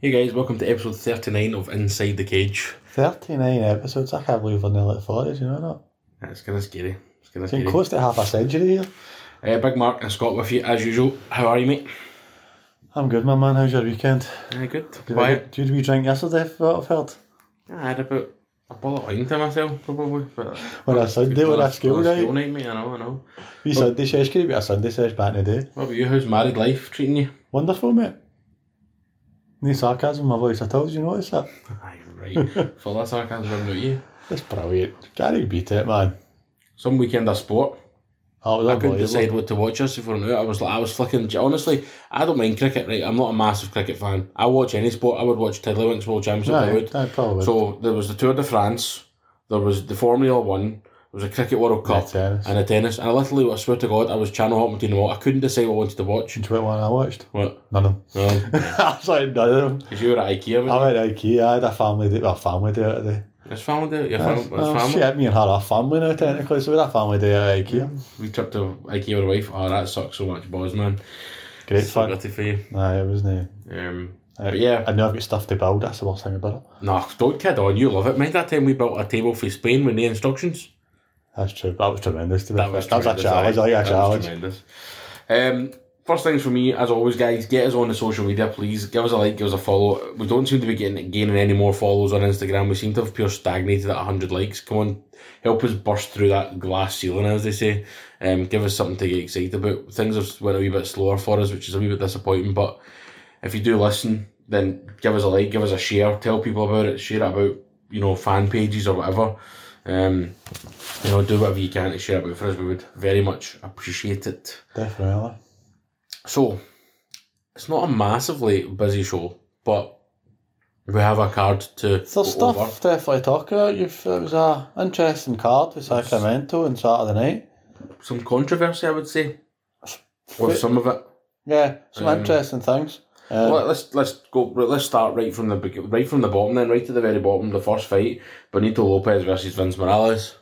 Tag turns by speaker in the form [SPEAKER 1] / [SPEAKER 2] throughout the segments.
[SPEAKER 1] Hey guys, welcome to episode 39 of Inside the Cage.
[SPEAKER 2] 39 episodes. I can't believe we're nearly at 40, do you know that?
[SPEAKER 1] That's kind of scary. It's kind of
[SPEAKER 2] Getting
[SPEAKER 1] scary.
[SPEAKER 2] close to half a century here.
[SPEAKER 1] Uh, Big Mark and Scott with you as usual. How are you, mate?
[SPEAKER 2] I'm good, my man. How's your weekend?
[SPEAKER 1] Uh, good.
[SPEAKER 2] Did,
[SPEAKER 1] Quiet.
[SPEAKER 2] I, did we drink yesterday, for what I've heard?
[SPEAKER 1] I had about a bottle of wine to myself, probably. But
[SPEAKER 2] When I Sunday, when I school
[SPEAKER 1] On a
[SPEAKER 2] night.
[SPEAKER 1] school night, mate. I know, I know.
[SPEAKER 2] We Sunday sesh, could it be a Sunday sesh back in the day?
[SPEAKER 1] What about you? How's married life treating you?
[SPEAKER 2] Wonderful, mate. No sarcasm in my voice at all, did you notice that?
[SPEAKER 1] Aye, right. Full of sarcasm about you.
[SPEAKER 2] It's brilliant. Can't beat it, man.
[SPEAKER 1] Some weekend of sport.
[SPEAKER 2] Oh, it was
[SPEAKER 1] I couldn't
[SPEAKER 2] unbelievable.
[SPEAKER 1] decide what to watch us if we're new. I was like, I was flicking. Honestly, I don't mind cricket, right? I'm not a massive cricket fan. I watch any sport. I would watch Tiddlywinks World Championship. I would.
[SPEAKER 2] Aye, aye, probably.
[SPEAKER 1] So there was the Tour de France, there was the Formula One, there was a Cricket World
[SPEAKER 2] Yeah,
[SPEAKER 1] Cup,
[SPEAKER 2] tennis.
[SPEAKER 1] and a tennis. And I literally, I swear to God, I was channel hopping between them all. I couldn't decide what I wanted to watch.
[SPEAKER 2] Do you know what one I watched?
[SPEAKER 1] What?
[SPEAKER 2] None of them.
[SPEAKER 1] Because
[SPEAKER 2] I was like, none of them.
[SPEAKER 1] you were at IKEA,
[SPEAKER 2] I
[SPEAKER 1] man.
[SPEAKER 2] went to Ikea. I had a family day, well, family day out today.
[SPEAKER 1] It's family day. Your
[SPEAKER 2] That's-
[SPEAKER 1] fam- it's
[SPEAKER 2] oh,
[SPEAKER 1] family.
[SPEAKER 2] Shit, me and her are family now, technically, so we're a family day at IKEA.
[SPEAKER 1] We took to IKEA with a wife. Oh, that sucks so much, boys, man.
[SPEAKER 2] Great
[SPEAKER 1] So
[SPEAKER 2] fun. Uh,
[SPEAKER 1] gutty for you.
[SPEAKER 2] Aye, it was new.
[SPEAKER 1] Um,
[SPEAKER 2] Aye.
[SPEAKER 1] but yeah,
[SPEAKER 2] I know I've got stuff to build, that's the worst thing about it.
[SPEAKER 1] nah, don't kid on. You love it. Mind that time we built a table for Spain with no instructions?
[SPEAKER 2] That's true. That was tremendous to be
[SPEAKER 1] That
[SPEAKER 2] fair.
[SPEAKER 1] was,
[SPEAKER 2] that was a
[SPEAKER 1] tremendous,
[SPEAKER 2] challenge.
[SPEAKER 1] aye.
[SPEAKER 2] I like a
[SPEAKER 1] That was
[SPEAKER 2] challenge.
[SPEAKER 1] tremendous. Um, first things for me, as always, guys, get us on the social media, please. Give us a like, give us a follow. We don't seem to be getting gaining any more follows on Instagram. We seem to have pure stagnated at 100 likes. Come on, help us burst through that glass ceiling, as they say. Um, give us something to get excited about. Things have went a wee bit slower for us, which is a wee bit disappointing, but if you do listen, then give us a like, give us a share, tell people about it, share it about, you know, fan pages or whatever. Um, you know, do whatever you can to share about for us. We would very much appreciate it.
[SPEAKER 2] Definitely.
[SPEAKER 1] So, it's not a massively busy show, but we have a card to
[SPEAKER 2] So
[SPEAKER 1] go
[SPEAKER 2] stuff
[SPEAKER 1] over.
[SPEAKER 2] definitely talk about. You've, it was a interesting card with Sacramento on Saturday night.
[SPEAKER 1] Some controversy, I would say, with
[SPEAKER 2] Fit-
[SPEAKER 1] some of it.
[SPEAKER 2] Yeah, some
[SPEAKER 1] Um,
[SPEAKER 2] interesting things. Um,
[SPEAKER 1] Well, let's let's go. Let's start right from the beg- right from the bottom, then right to the very bottom. The first fight: Benito Lopez versus Vince Morales.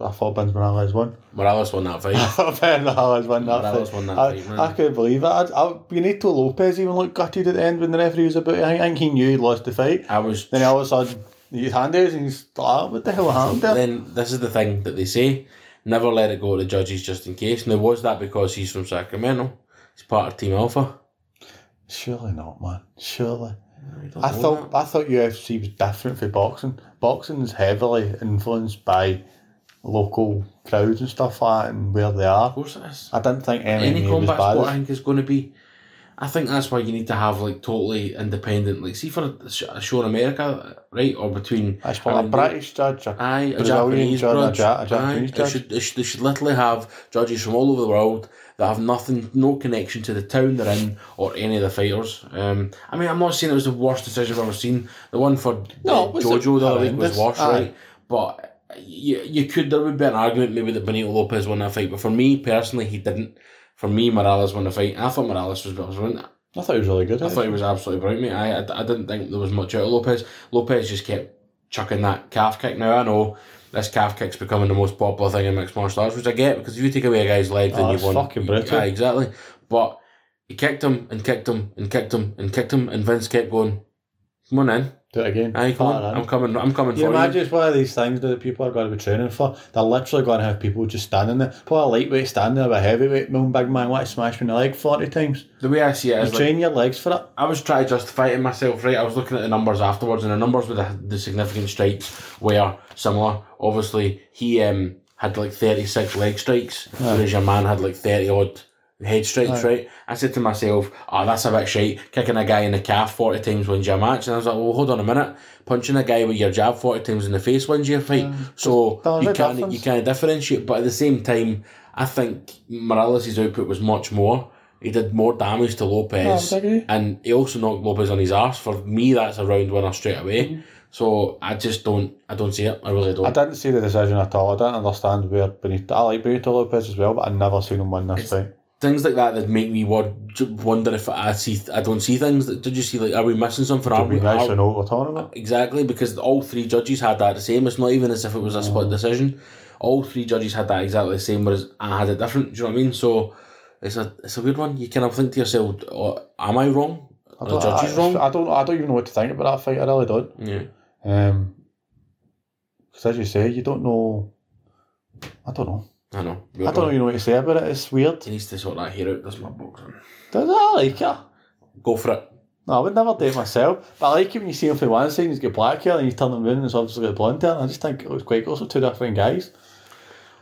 [SPEAKER 2] I thought Ben Morales won.
[SPEAKER 1] Morales won that
[SPEAKER 2] I
[SPEAKER 1] fight.
[SPEAKER 2] thought Ben Morales won that.
[SPEAKER 1] Morales
[SPEAKER 2] fight.
[SPEAKER 1] won that fight, man.
[SPEAKER 2] I, I couldn't believe it. I, I, Benito Lopez even looked gutted at the end when the referee was about. I think- I think he knew he lost the fight.
[SPEAKER 1] I was
[SPEAKER 2] Then all of a sudden, his hand is, and he's like, "Ah, what the hell happened there?
[SPEAKER 1] Then this is the thing that they say: never let it go to the judges just in case. Now, was that because he's from Sacramento? He's part of Team Alpha.
[SPEAKER 2] Surely not, man. Surely.
[SPEAKER 1] don't
[SPEAKER 2] I
[SPEAKER 1] know
[SPEAKER 2] thought I thought UFC was different for boxing. Boxing is heavily influenced by local crowds and stuff like that and where they
[SPEAKER 1] Of
[SPEAKER 2] are.
[SPEAKER 1] course, it is.
[SPEAKER 2] I didn't think MMA
[SPEAKER 1] Any
[SPEAKER 2] was
[SPEAKER 1] combat
[SPEAKER 2] bad.
[SPEAKER 1] sport, I think, is going to be. I think that's why you need to have like totally independent, like see for a sh- a show in America, right, or between
[SPEAKER 2] That's what
[SPEAKER 1] I
[SPEAKER 2] a
[SPEAKER 1] mean,
[SPEAKER 2] British judge. a-
[SPEAKER 1] Aye, a
[SPEAKER 2] Brazilian
[SPEAKER 1] Japanese
[SPEAKER 2] judge, a
[SPEAKER 1] judge.
[SPEAKER 2] Ja- a
[SPEAKER 1] aye,
[SPEAKER 2] Japanese
[SPEAKER 1] it
[SPEAKER 2] judge.
[SPEAKER 1] should, it should, they should literally have judges from all over the world that have nothing, no connection to the town they're in or any of the fighters. Um, I mean, I'm not saying it was the worst decision I've ever seen. The one for
[SPEAKER 2] No,
[SPEAKER 1] uh,
[SPEAKER 2] it was
[SPEAKER 1] Jojo the other week was
[SPEAKER 2] horrendous.
[SPEAKER 1] worse,
[SPEAKER 2] Aye.
[SPEAKER 1] right? But you, you could, there would be an argument maybe that Benito Lopez won that fight, but for me personally, he didn't. For me, Morales won the fight. I thought Morales was better. wasn't it?
[SPEAKER 2] I thought he was really good. eh?
[SPEAKER 1] I thought he was absolutely brilliant, mate. I, I, I didn't think there was much out of Lopez. Lopez just kept chucking that calf kick. Now, I know this calf kick's becoming the most popular thing in mixed martial arts, which I get, because if you take away a guy's leg, then
[SPEAKER 2] Oh,
[SPEAKER 1] you've won.
[SPEAKER 2] it's fucking brutal.
[SPEAKER 1] Yeah, exactly. But he kicked him and kicked him and kicked him and kicked him, and Vince kept going, come on in.
[SPEAKER 2] Do it again.
[SPEAKER 1] Aye, come
[SPEAKER 2] Far
[SPEAKER 1] on.
[SPEAKER 2] in.
[SPEAKER 1] I'm coming, I'm coming
[SPEAKER 2] You
[SPEAKER 1] for
[SPEAKER 2] imagine it's one of these things that people are going to be training for. They're literally going to have people just standing there. Probably a lightweight standing there with a heavyweight. My own big man wants to smash me in the leg 40 times.
[SPEAKER 1] you. The way I see it
[SPEAKER 2] You
[SPEAKER 1] is, like,
[SPEAKER 2] train your legs for it.
[SPEAKER 1] I was trying to justify it to myself, right? I was looking at the numbers afterwards, and the numbers with the, the significant strikes were similar. Obviously, he um, had like 36 leg strikes, whereas your man had like 30 odd head strikes, right? I said to myself, oh, that's a bit shite. Kicking a guy in the calf 40 times wins your match. And I was like, well, hold on a minute. Punching a guy with your jab 40 times in the face wins your fight. so
[SPEAKER 2] there's
[SPEAKER 1] you
[SPEAKER 2] no
[SPEAKER 1] can't,
[SPEAKER 2] difference.
[SPEAKER 1] you can't differentiate. But at the same time, I think Morales' output was much more. He did more damage to Lopez.
[SPEAKER 2] I would agree.
[SPEAKER 1] And he also knocked Lopez on his arse. For me, that's a round winner straight away. So I just don't, I don't see it. I really
[SPEAKER 2] Mm-hmm. I
[SPEAKER 1] don't.
[SPEAKER 2] didn't see the decision at all. I didn't understand where Benito. I like Benito Lopez as well, but I never seen him win this fight.
[SPEAKER 1] Things like that that make me wor- wonder if I see, I don't see things. That, did you see? Like, are we missing something? Are
[SPEAKER 2] It'd be
[SPEAKER 1] we,
[SPEAKER 2] nice
[SPEAKER 1] are,
[SPEAKER 2] to know what we're talking about.
[SPEAKER 1] exactly because all three judges had that the same. It's not even as if it was a
[SPEAKER 2] Oh.
[SPEAKER 1] split decision. All three judges had that exactly the same, whereas I had it different. Do you know what I mean? So it's a, it's a weird one. You kind of think to yourself, oh, am I wrong?
[SPEAKER 2] I
[SPEAKER 1] Are
[SPEAKER 2] don't,
[SPEAKER 1] the judges
[SPEAKER 2] I,
[SPEAKER 1] wrong?
[SPEAKER 2] I don't. I don't even know what to think about that fight. I really don't.
[SPEAKER 1] Yeah.
[SPEAKER 2] Um, because as you say, you don't know. I don't know.
[SPEAKER 1] I know.
[SPEAKER 2] I don't even know what to say about it. It's weird.
[SPEAKER 1] He needs to sort that hair out. That's my boxing.
[SPEAKER 2] Does I like it?
[SPEAKER 1] Go for it.
[SPEAKER 2] No, I would never do it myself. But I like it when you see him from one side and he's got black hair, and you turn him around and he's obviously got blonde hair. And I just think it was quite close to two different guys.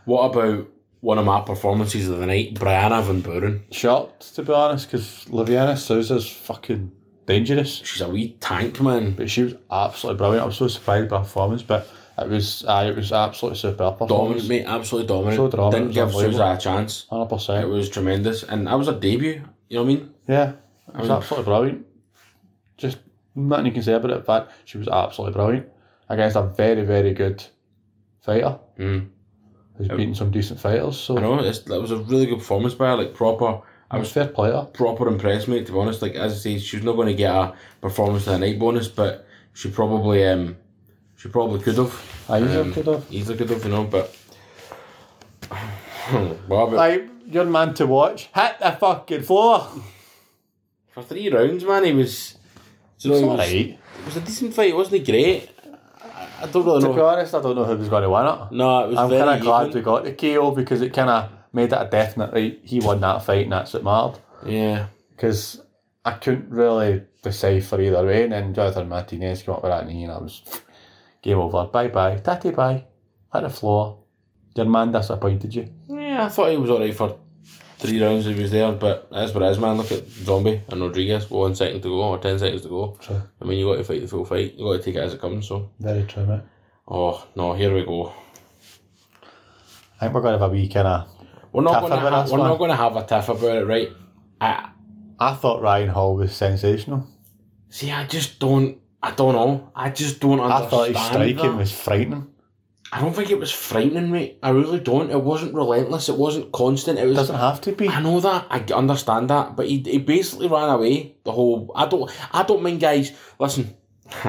[SPEAKER 1] What about one of my performances of the night, Brianna Van Buren?
[SPEAKER 2] Shocked to be honest, because Liviana Souza's fucking dangerous.
[SPEAKER 1] She's a wee tank, man.
[SPEAKER 2] But she was absolutely brilliant. I was so surprised by her performance, but it was uh, it was absolutely superb
[SPEAKER 1] Dominant,
[SPEAKER 2] performance.
[SPEAKER 1] mate. Absolutely dominant.
[SPEAKER 2] So dominant,
[SPEAKER 1] Didn't
[SPEAKER 2] it's
[SPEAKER 1] give Sousa a
[SPEAKER 2] unbelievable.
[SPEAKER 1] chance.
[SPEAKER 2] Hundred
[SPEAKER 1] It
[SPEAKER 2] percent.
[SPEAKER 1] was tremendous. And that was her debut. You know what I mean?
[SPEAKER 2] Yeah, it was
[SPEAKER 1] mean-
[SPEAKER 2] absolutely brilliant. Just nothing you can say about it, but she was absolutely brilliant against a very very good fighter
[SPEAKER 1] Mm.
[SPEAKER 2] who's beaten some decent fighters. So
[SPEAKER 1] I know. It's, that was a really good performance by her. Like, proper.
[SPEAKER 2] I
[SPEAKER 1] I
[SPEAKER 2] was
[SPEAKER 1] was
[SPEAKER 2] fair player.
[SPEAKER 1] proper impressed, mate, to be honest. Like, as I say, she's not going to get a performance of the night bonus, but she probably, um, she probably could have.
[SPEAKER 2] I
[SPEAKER 1] Um,
[SPEAKER 2] um, could have.
[SPEAKER 1] Easily could have, you know, but. what about
[SPEAKER 2] Like your man to watch hit the fucking floor.
[SPEAKER 1] For three rounds, man, he was. You know,
[SPEAKER 2] It's
[SPEAKER 1] he was,
[SPEAKER 2] alright.
[SPEAKER 1] it was a decent fight, wasn't he? Great. I, I don't really
[SPEAKER 2] To be
[SPEAKER 1] know.
[SPEAKER 2] honest, I don't know who was going to win it.
[SPEAKER 1] No, it was
[SPEAKER 2] I'm kind
[SPEAKER 1] very
[SPEAKER 2] of glad
[SPEAKER 1] even.
[SPEAKER 2] we got the KO because it kind of made it a definite right. He won that fight, and that's what mattered.
[SPEAKER 1] Yeah,
[SPEAKER 2] because I couldn't really decipher either way. And then Jonathan Martinez came up with that knee, and I was game over. Bye bye, tatty bye, at the floor. Your man disappointed you.
[SPEAKER 1] yeah. I thought he was alright for three rounds. He was there, but that's what it is, man. Look at Zombie and Rodriguez. One second to go, or ten seconds to go.
[SPEAKER 2] True,
[SPEAKER 1] I mean, you got to fight the full fight. You got to take it as it comes. So,
[SPEAKER 2] very true, mate.
[SPEAKER 1] oh no, here we go.
[SPEAKER 2] I think we're gonna have a wee kind of.
[SPEAKER 1] We're not
[SPEAKER 2] Tough
[SPEAKER 1] going to.
[SPEAKER 2] about
[SPEAKER 1] Ha-
[SPEAKER 2] this
[SPEAKER 1] we're not
[SPEAKER 2] one.
[SPEAKER 1] going to have a tiff about it, right? I
[SPEAKER 2] I thought Ryan Hall was sensational.
[SPEAKER 1] see. I just don't. I don't know. I just don't understand.
[SPEAKER 2] I thought his
[SPEAKER 1] that.
[SPEAKER 2] striking was frightening.
[SPEAKER 1] I don't think it was frightening, mate. I really don't. It wasn't relentless. It wasn't constant. It was.
[SPEAKER 2] Doesn't have to be.
[SPEAKER 1] I know that. I understand that. But he, he basically ran away the whole. I don't. I don't mind guys. Listen,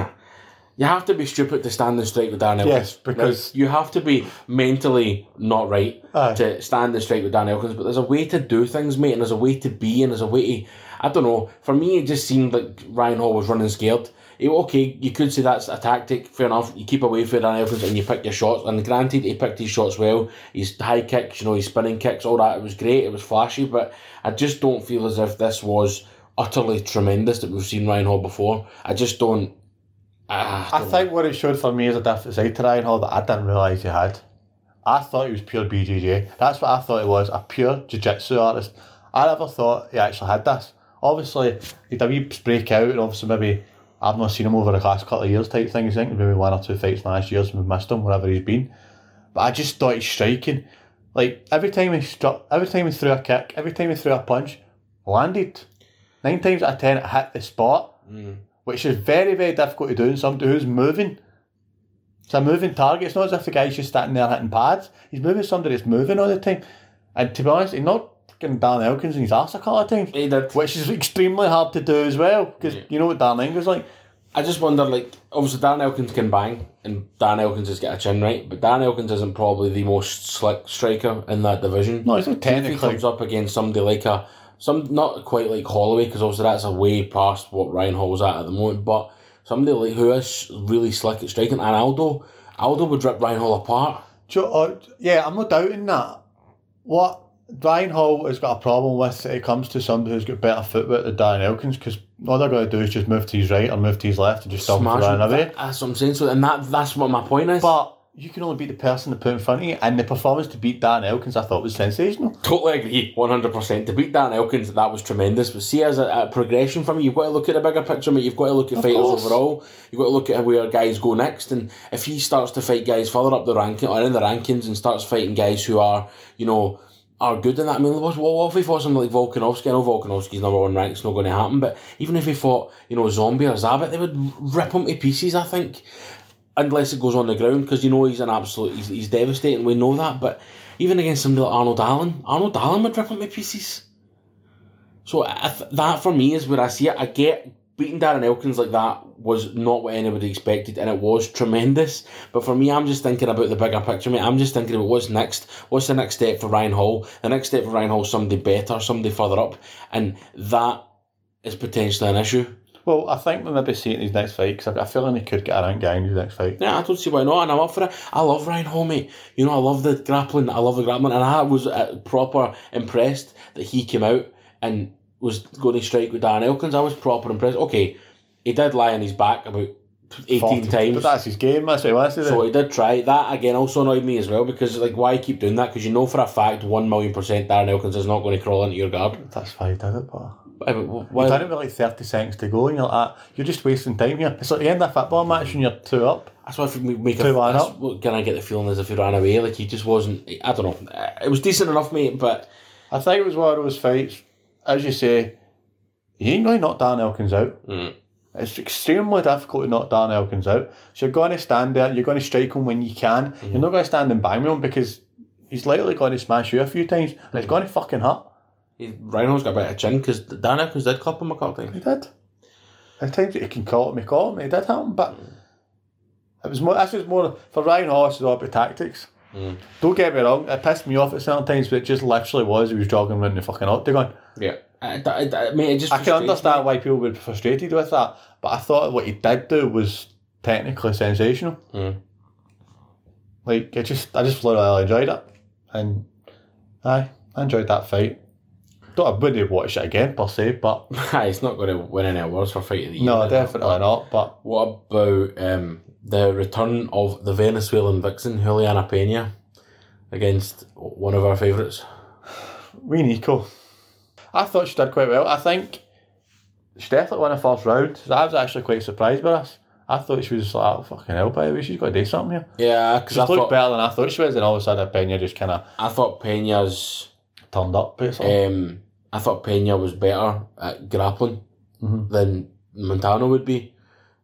[SPEAKER 1] you have to be stupid to stand and strike with Dan Elkins.
[SPEAKER 2] Yes, because-
[SPEAKER 1] Like, you have to be mentally not right
[SPEAKER 2] Aye.
[SPEAKER 1] to stand and strike with Dan Elkins. But there's a way to do things, mate, and there's a way to be, and there's a way to. I don't know. For me, it just seemed like Ryan Hall was running scared. He, okay, you could say that's a tactic. Fair enough. You keep away from Dan Elkins and you pick your shots. And granted, he picked his shots well. His high kicks, you know, his spinning kicks, all that. It was great. It was flashy. But I just don't feel as if this was utterly tremendous that we've seen Ryan Hall before. I just don't. Ah, I
[SPEAKER 2] I
[SPEAKER 1] don't-
[SPEAKER 2] think what it showed for me is a different side to Ryan Hall that I didn't realise he had. I thought he was pure BJJ. That's what I thought he was, a pure jiu-jitsu artist. I never thought he actually had this. Obviously, he'd a wee break out and obviously maybe I've not seen him over the last couple of years type thing. I think maybe one or two fights last year, so we've missed him wherever he's been. But I just thought he's striking. Like every time he struck, every time he threw a kick, every time he threw a punch, landed. Nine times out of ten, it hit the spot
[SPEAKER 1] Mm.
[SPEAKER 2] which is very, very difficult to do in somebody who's moving. It's a moving target. It's not as if the guy's just standing there hitting pads. He's moving somebody that's moving all the time. And to be honest, he knocked fucking Dan Elkins in his arse a couple of times,
[SPEAKER 1] He did.
[SPEAKER 2] which is extremely hard to do as well, because
[SPEAKER 1] Yeah.
[SPEAKER 2] you know what Dan Elkins like.
[SPEAKER 1] I just wonder, like, obviously Dan Elkins can bang, and Dan Elkins has got a chin right, but Dan Elkins isn't probably the most slick striker in that division.
[SPEAKER 2] No, he's not
[SPEAKER 1] if he
[SPEAKER 2] technically.
[SPEAKER 1] comes up against somebody like a, some not quite like Holloway, because obviously that's a way past what Ryan Hall's at at the moment, but somebody like who is really slick at striking, and Aldo, Aldo would rip Ryan Hall apart.
[SPEAKER 2] Jo- uh, yeah, I'm not doubting that. What Ryan Hall has got a problem with it comes to somebody who's got better footwork than Dan Elkins, because all they're going to do is just move to his right or move to his left and just stop him from
[SPEAKER 1] Smash him.
[SPEAKER 2] running away.
[SPEAKER 1] That- That's what I'm saying. So, and that that's what my point is.
[SPEAKER 2] But you can only beat the person that put in front of you, and the performance to beat Dan Elkins, I thought was sensational.
[SPEAKER 1] Totally agree, one hundred percent. To beat Dan Elkins, that was tremendous. But see, as a, a progression from it, you've got to look at the bigger picture, mate. You've got to look at
[SPEAKER 2] Of
[SPEAKER 1] fighters
[SPEAKER 2] course.
[SPEAKER 1] overall. You've got to look at where guys go next, and if he starts to fight guys further up the ranking or in the rankings, and starts fighting guys who are, you know, are good in that. I mean, what, what if he fought something like Volkanovski? I know Volkanovski's number one rank, it's not going to happen. But even if he fought, you know, Zombie or Zabit, they would rip him to pieces. I think unless it goes on the ground because you know he's an absolute he's, he's devastating we know that but even against somebody like Arnold Allen Arnold Allen would rip him to pieces so I th- that for me is where I see it I get beating Darren Elkins like that was not what anybody expected and it was tremendous but for me I'm just thinking about the bigger picture mate I'm just thinking about what's next what's the next step for Ryan Hall the next step for Ryan Hall is somebody better somebody further up and that is potentially an issue
[SPEAKER 2] Well, I think we maybe see it in his next fight because I got a feeling he could get around guy in his next fight.
[SPEAKER 1] Yeah, I don't see why not, and I'm up for it. I love Ryan Homey. You know, I love the grappling. I love the grappling, and I was uh, proper impressed that he came out and was going to strike with Darren Elkins. I was proper impressed. Okay, he did lie on his back about eighteen
[SPEAKER 2] 40.
[SPEAKER 1] times.
[SPEAKER 2] But that's his game, that's what he wants to do.
[SPEAKER 1] So he did try. That again also annoyed me as well because like why keep doing that? Because you know for a fact one million percent Darren Elkins is not going to crawl into your guard.
[SPEAKER 2] That's why he did it, but.
[SPEAKER 1] I mean, wh-
[SPEAKER 2] Well,
[SPEAKER 1] why-
[SPEAKER 2] you done it with like 30 seconds to go, and you're like, "Ah, you're just wasting time here. It's like the end of a football match, and you're two up.
[SPEAKER 1] That's why if we make a,
[SPEAKER 2] Two line
[SPEAKER 1] that's
[SPEAKER 2] up.
[SPEAKER 1] what can I get the feeling as if he ran away? Like he just wasn't. I don't know. Uh, It was decent enough, mate, but
[SPEAKER 2] I think it was one of those fights, as you say, he ain't going to knock Dan Elkins out.
[SPEAKER 1] Mm.
[SPEAKER 2] It's extremely difficult to knock Dan Elkins out. So you're going to stand there, you're going to strike him when you can.
[SPEAKER 1] Mm.
[SPEAKER 2] You're not going to stand and bang with him because he's likely going to smash you a few times, and
[SPEAKER 1] Mm.
[SPEAKER 2] it's going to fucking hurt.
[SPEAKER 1] Rhino's got a bit of chin because Dan Atkins did clip him a couple times.
[SPEAKER 2] He did. At times he can call him, he called him, it did happen, but
[SPEAKER 1] Mm.
[SPEAKER 2] it was more, this was more, for Ryan Hollis, it's all about tactics.
[SPEAKER 1] Mm.
[SPEAKER 2] Don't get me wrong, it pissed me off at certain times, but it just literally was, he was jogging around the fucking octagon.
[SPEAKER 1] Yeah, I, I, I, mate, it just
[SPEAKER 2] I can
[SPEAKER 1] frustrates me.
[SPEAKER 2] understand why people would be frustrated with that, but I thought what he did do was technically sensational.
[SPEAKER 1] Mm.
[SPEAKER 2] Like it just, I just literally enjoyed it, and aye, I enjoyed that fight. Don't I wouldn't watch it again per se, but
[SPEAKER 1] Aye, it's not going to win any awards for fight of the year.
[SPEAKER 2] no,
[SPEAKER 1] is it?
[SPEAKER 2] definitely not. But
[SPEAKER 1] What about um, the return of the Venezuelan vixen Juliana Pena against one of our favourites?
[SPEAKER 2] we Nico, I thought she did quite well. I think she definitely won the first round. So I was actually quite surprised by this. I thought she was like, oh, fucking hell, by the way, she's got to do something here.
[SPEAKER 1] Yeah, because
[SPEAKER 2] She
[SPEAKER 1] I
[SPEAKER 2] looked
[SPEAKER 1] thought
[SPEAKER 2] better than I thought she was, and all of a sudden, Pena just kind of
[SPEAKER 1] I thought Pena's
[SPEAKER 2] turned up. Basically.
[SPEAKER 1] um, I thought Pena was better at grappling
[SPEAKER 2] Mhm.
[SPEAKER 1] than Montano would be.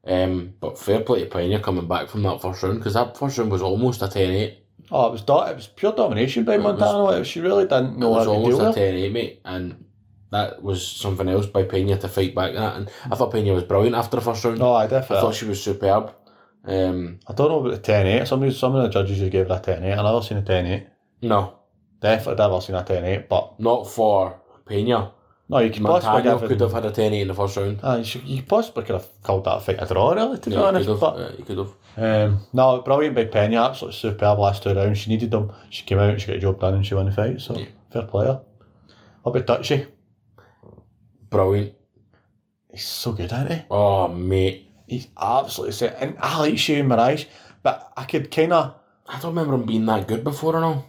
[SPEAKER 1] Um, but fair play to Pena coming back from that first round because that first round was almost a 10 8.
[SPEAKER 2] Oh, it was do- it was pure domination by
[SPEAKER 1] It was-
[SPEAKER 2] Montano. It was, she really didn't
[SPEAKER 1] it
[SPEAKER 2] know
[SPEAKER 1] was
[SPEAKER 2] how to
[SPEAKER 1] almost
[SPEAKER 2] deal
[SPEAKER 1] a
[SPEAKER 2] with. it.
[SPEAKER 1] 10 8, mate. And that was something else by Pena to fight back that. And I thought Pena was brilliant after the first round.
[SPEAKER 2] No, I
[SPEAKER 1] I
[SPEAKER 2] definitely. I,
[SPEAKER 1] thought she was superb. Um,
[SPEAKER 2] don't know about the 10 8. Some, of the- some of the judges who gave her a 10 8. I've never seen a 10 8.
[SPEAKER 1] no,
[SPEAKER 2] Definitely never seen a 10 8. But
[SPEAKER 1] not for Pena.
[SPEAKER 2] no, you could possibly
[SPEAKER 1] Montano
[SPEAKER 2] give
[SPEAKER 1] could
[SPEAKER 2] it.
[SPEAKER 1] have had a 10 8 in the first round.
[SPEAKER 2] Uh, you, should- you possibly could have called that fight a draw, really, to be
[SPEAKER 1] Yeah, he
[SPEAKER 2] honest.
[SPEAKER 1] could have.
[SPEAKER 2] But,
[SPEAKER 1] uh, he could have.
[SPEAKER 2] um, no, brilliant by Pena. Absolutely superb last two rounds. She needed them. She came out, she got the job done, and she won the fight. So,
[SPEAKER 1] Yeah.
[SPEAKER 2] fair player. What about Dutchy?
[SPEAKER 1] Brilliant.
[SPEAKER 2] He's so good, isn't he?
[SPEAKER 1] Oh, mate.
[SPEAKER 2] He's absolutely set. And I like Shane Mirage, but I could kind of.
[SPEAKER 1] I don't remember him being that good before and all.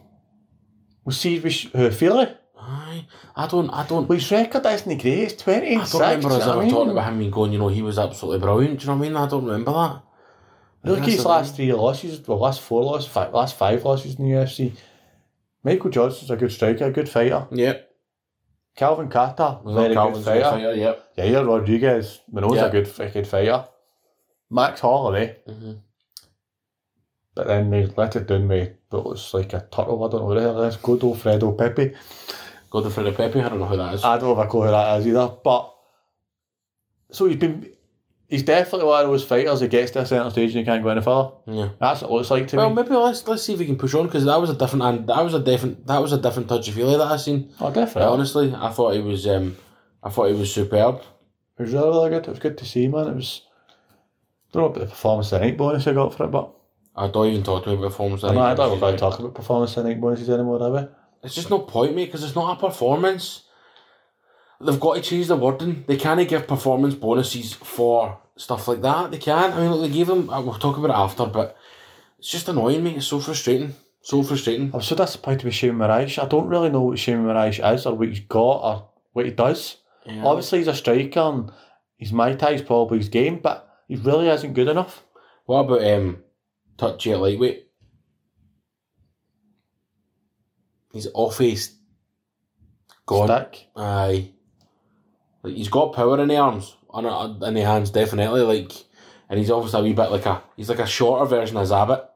[SPEAKER 2] We see we sh- uh, Feely.
[SPEAKER 1] Aye. I don't, I don't,
[SPEAKER 2] Well, his record isn't great. It's twenty
[SPEAKER 1] I
[SPEAKER 2] and
[SPEAKER 1] don't
[SPEAKER 2] six.
[SPEAKER 1] remember
[SPEAKER 2] do you
[SPEAKER 1] us
[SPEAKER 2] know what I
[SPEAKER 1] ever
[SPEAKER 2] mean?
[SPEAKER 1] talking about him and going, you know, he was absolutely brilliant. Do you know what I mean? I don't remember that.
[SPEAKER 2] Look at
[SPEAKER 1] That's
[SPEAKER 2] his
[SPEAKER 1] the
[SPEAKER 2] last three losses. Well, last four losses, five, last five losses in the UFC. Michael Johnson's a good striker, a good fighter.
[SPEAKER 1] Yep.
[SPEAKER 2] Calvin Carter,
[SPEAKER 1] We
[SPEAKER 2] very
[SPEAKER 1] love Calvin's
[SPEAKER 2] good fighter.
[SPEAKER 1] yep.
[SPEAKER 2] Yeah, Rodriguez, we know he's
[SPEAKER 1] Yeah.
[SPEAKER 2] a good freaking fighter. Max Holloway,
[SPEAKER 1] hmm
[SPEAKER 2] but then they let it down with what looks like a turtle. I don't know what the hell it is. Good old Fredo Pepe.
[SPEAKER 1] Go to Freddie Pepe. I don't know who that is.
[SPEAKER 2] I don't have a clue who that is either. But so he's been, he's definitely one of those fighters that gets to a certain stage and he can't go any further.
[SPEAKER 1] yeah.
[SPEAKER 2] That's what it looks like to
[SPEAKER 1] Well,
[SPEAKER 2] me.
[SPEAKER 1] maybe let's let's see if we can push on because that was a different and that was a different that was a different touch of feeling that I seen.
[SPEAKER 2] Oh, definitely.
[SPEAKER 1] But honestly, I thought he was um, I thought he was superb.
[SPEAKER 2] It was really, really good. It was good to see, man. It was. don't know about the performance of the night bonus I got for it, but
[SPEAKER 1] I don't even talk to him about performance.
[SPEAKER 2] I, know, I don't really talk about performance of the night bonuses anymore, have we?
[SPEAKER 1] It's just no point, mate, because it's not a performance. They've got to change the wording. They can't give performance bonuses for stuff like that. They can't. I mean, look, they gave them. uh, We'll talk about it after, but it's just annoying, mate. It's so frustrating. So frustrating.
[SPEAKER 2] I'm so disappointed with Shane Mirage. I don't really know what Shane Mirage is or what he's got or what he does.
[SPEAKER 1] Yeah.
[SPEAKER 2] Obviously, he's a striker and his Muay Thai is probably his game, but he really isn't good enough.
[SPEAKER 1] What about um, touchy at lightweight? He's off his gone.
[SPEAKER 2] Stick.
[SPEAKER 1] Aye. Like he's got power in the arms, on on- in the hands definitely. Like, and he's obviously a wee bit like a he's like a shorter version of Zabit,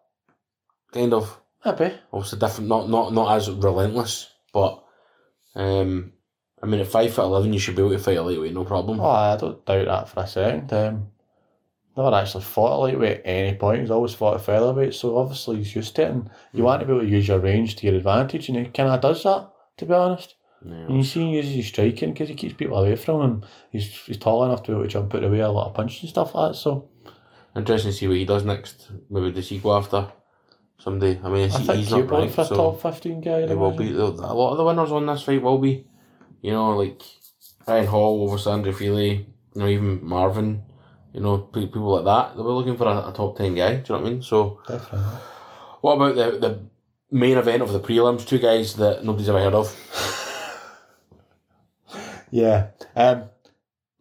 [SPEAKER 1] kind of.
[SPEAKER 2] Maybe.
[SPEAKER 1] Obviously different, not not not as relentless, but um, I mean at five foot eleven you should be able to fight a lightweight, no problem.
[SPEAKER 2] Oh, I don't doubt that for a second. Um, never actually fought a lightweight at any point. He's always fought a featherweight, so
[SPEAKER 1] Hmm.
[SPEAKER 2] obviously he's used to it. And you want to be able to use your range to your advantage, and he kind of does that, to be honest.
[SPEAKER 1] Yeah.
[SPEAKER 2] And you see him uses his striking because he keeps people away from him. He's, he's tall enough to be able to jump out of the way a lot of punches and stuff like that. So
[SPEAKER 1] Interesting to see what he does next. Maybe the sequel after someday. I mean,
[SPEAKER 2] I
[SPEAKER 1] he,
[SPEAKER 2] think
[SPEAKER 1] he's
[SPEAKER 2] he'll
[SPEAKER 1] not
[SPEAKER 2] be
[SPEAKER 1] ranked,
[SPEAKER 2] for a
[SPEAKER 1] so
[SPEAKER 2] top 15 guy. I'd
[SPEAKER 1] he will
[SPEAKER 2] imagine.
[SPEAKER 1] be. A lot of the winners on this fight will be, you know, like Ryan Hall over Sandra Feely, you know, even Marvin, you know, pe- people like that. They were looking for a, a top ten guy. Do you know what I mean? So,
[SPEAKER 2] Definitely.
[SPEAKER 1] what about the the main event of the prelims? Two guys that nobody's ever heard of.
[SPEAKER 2] Yeah. Um,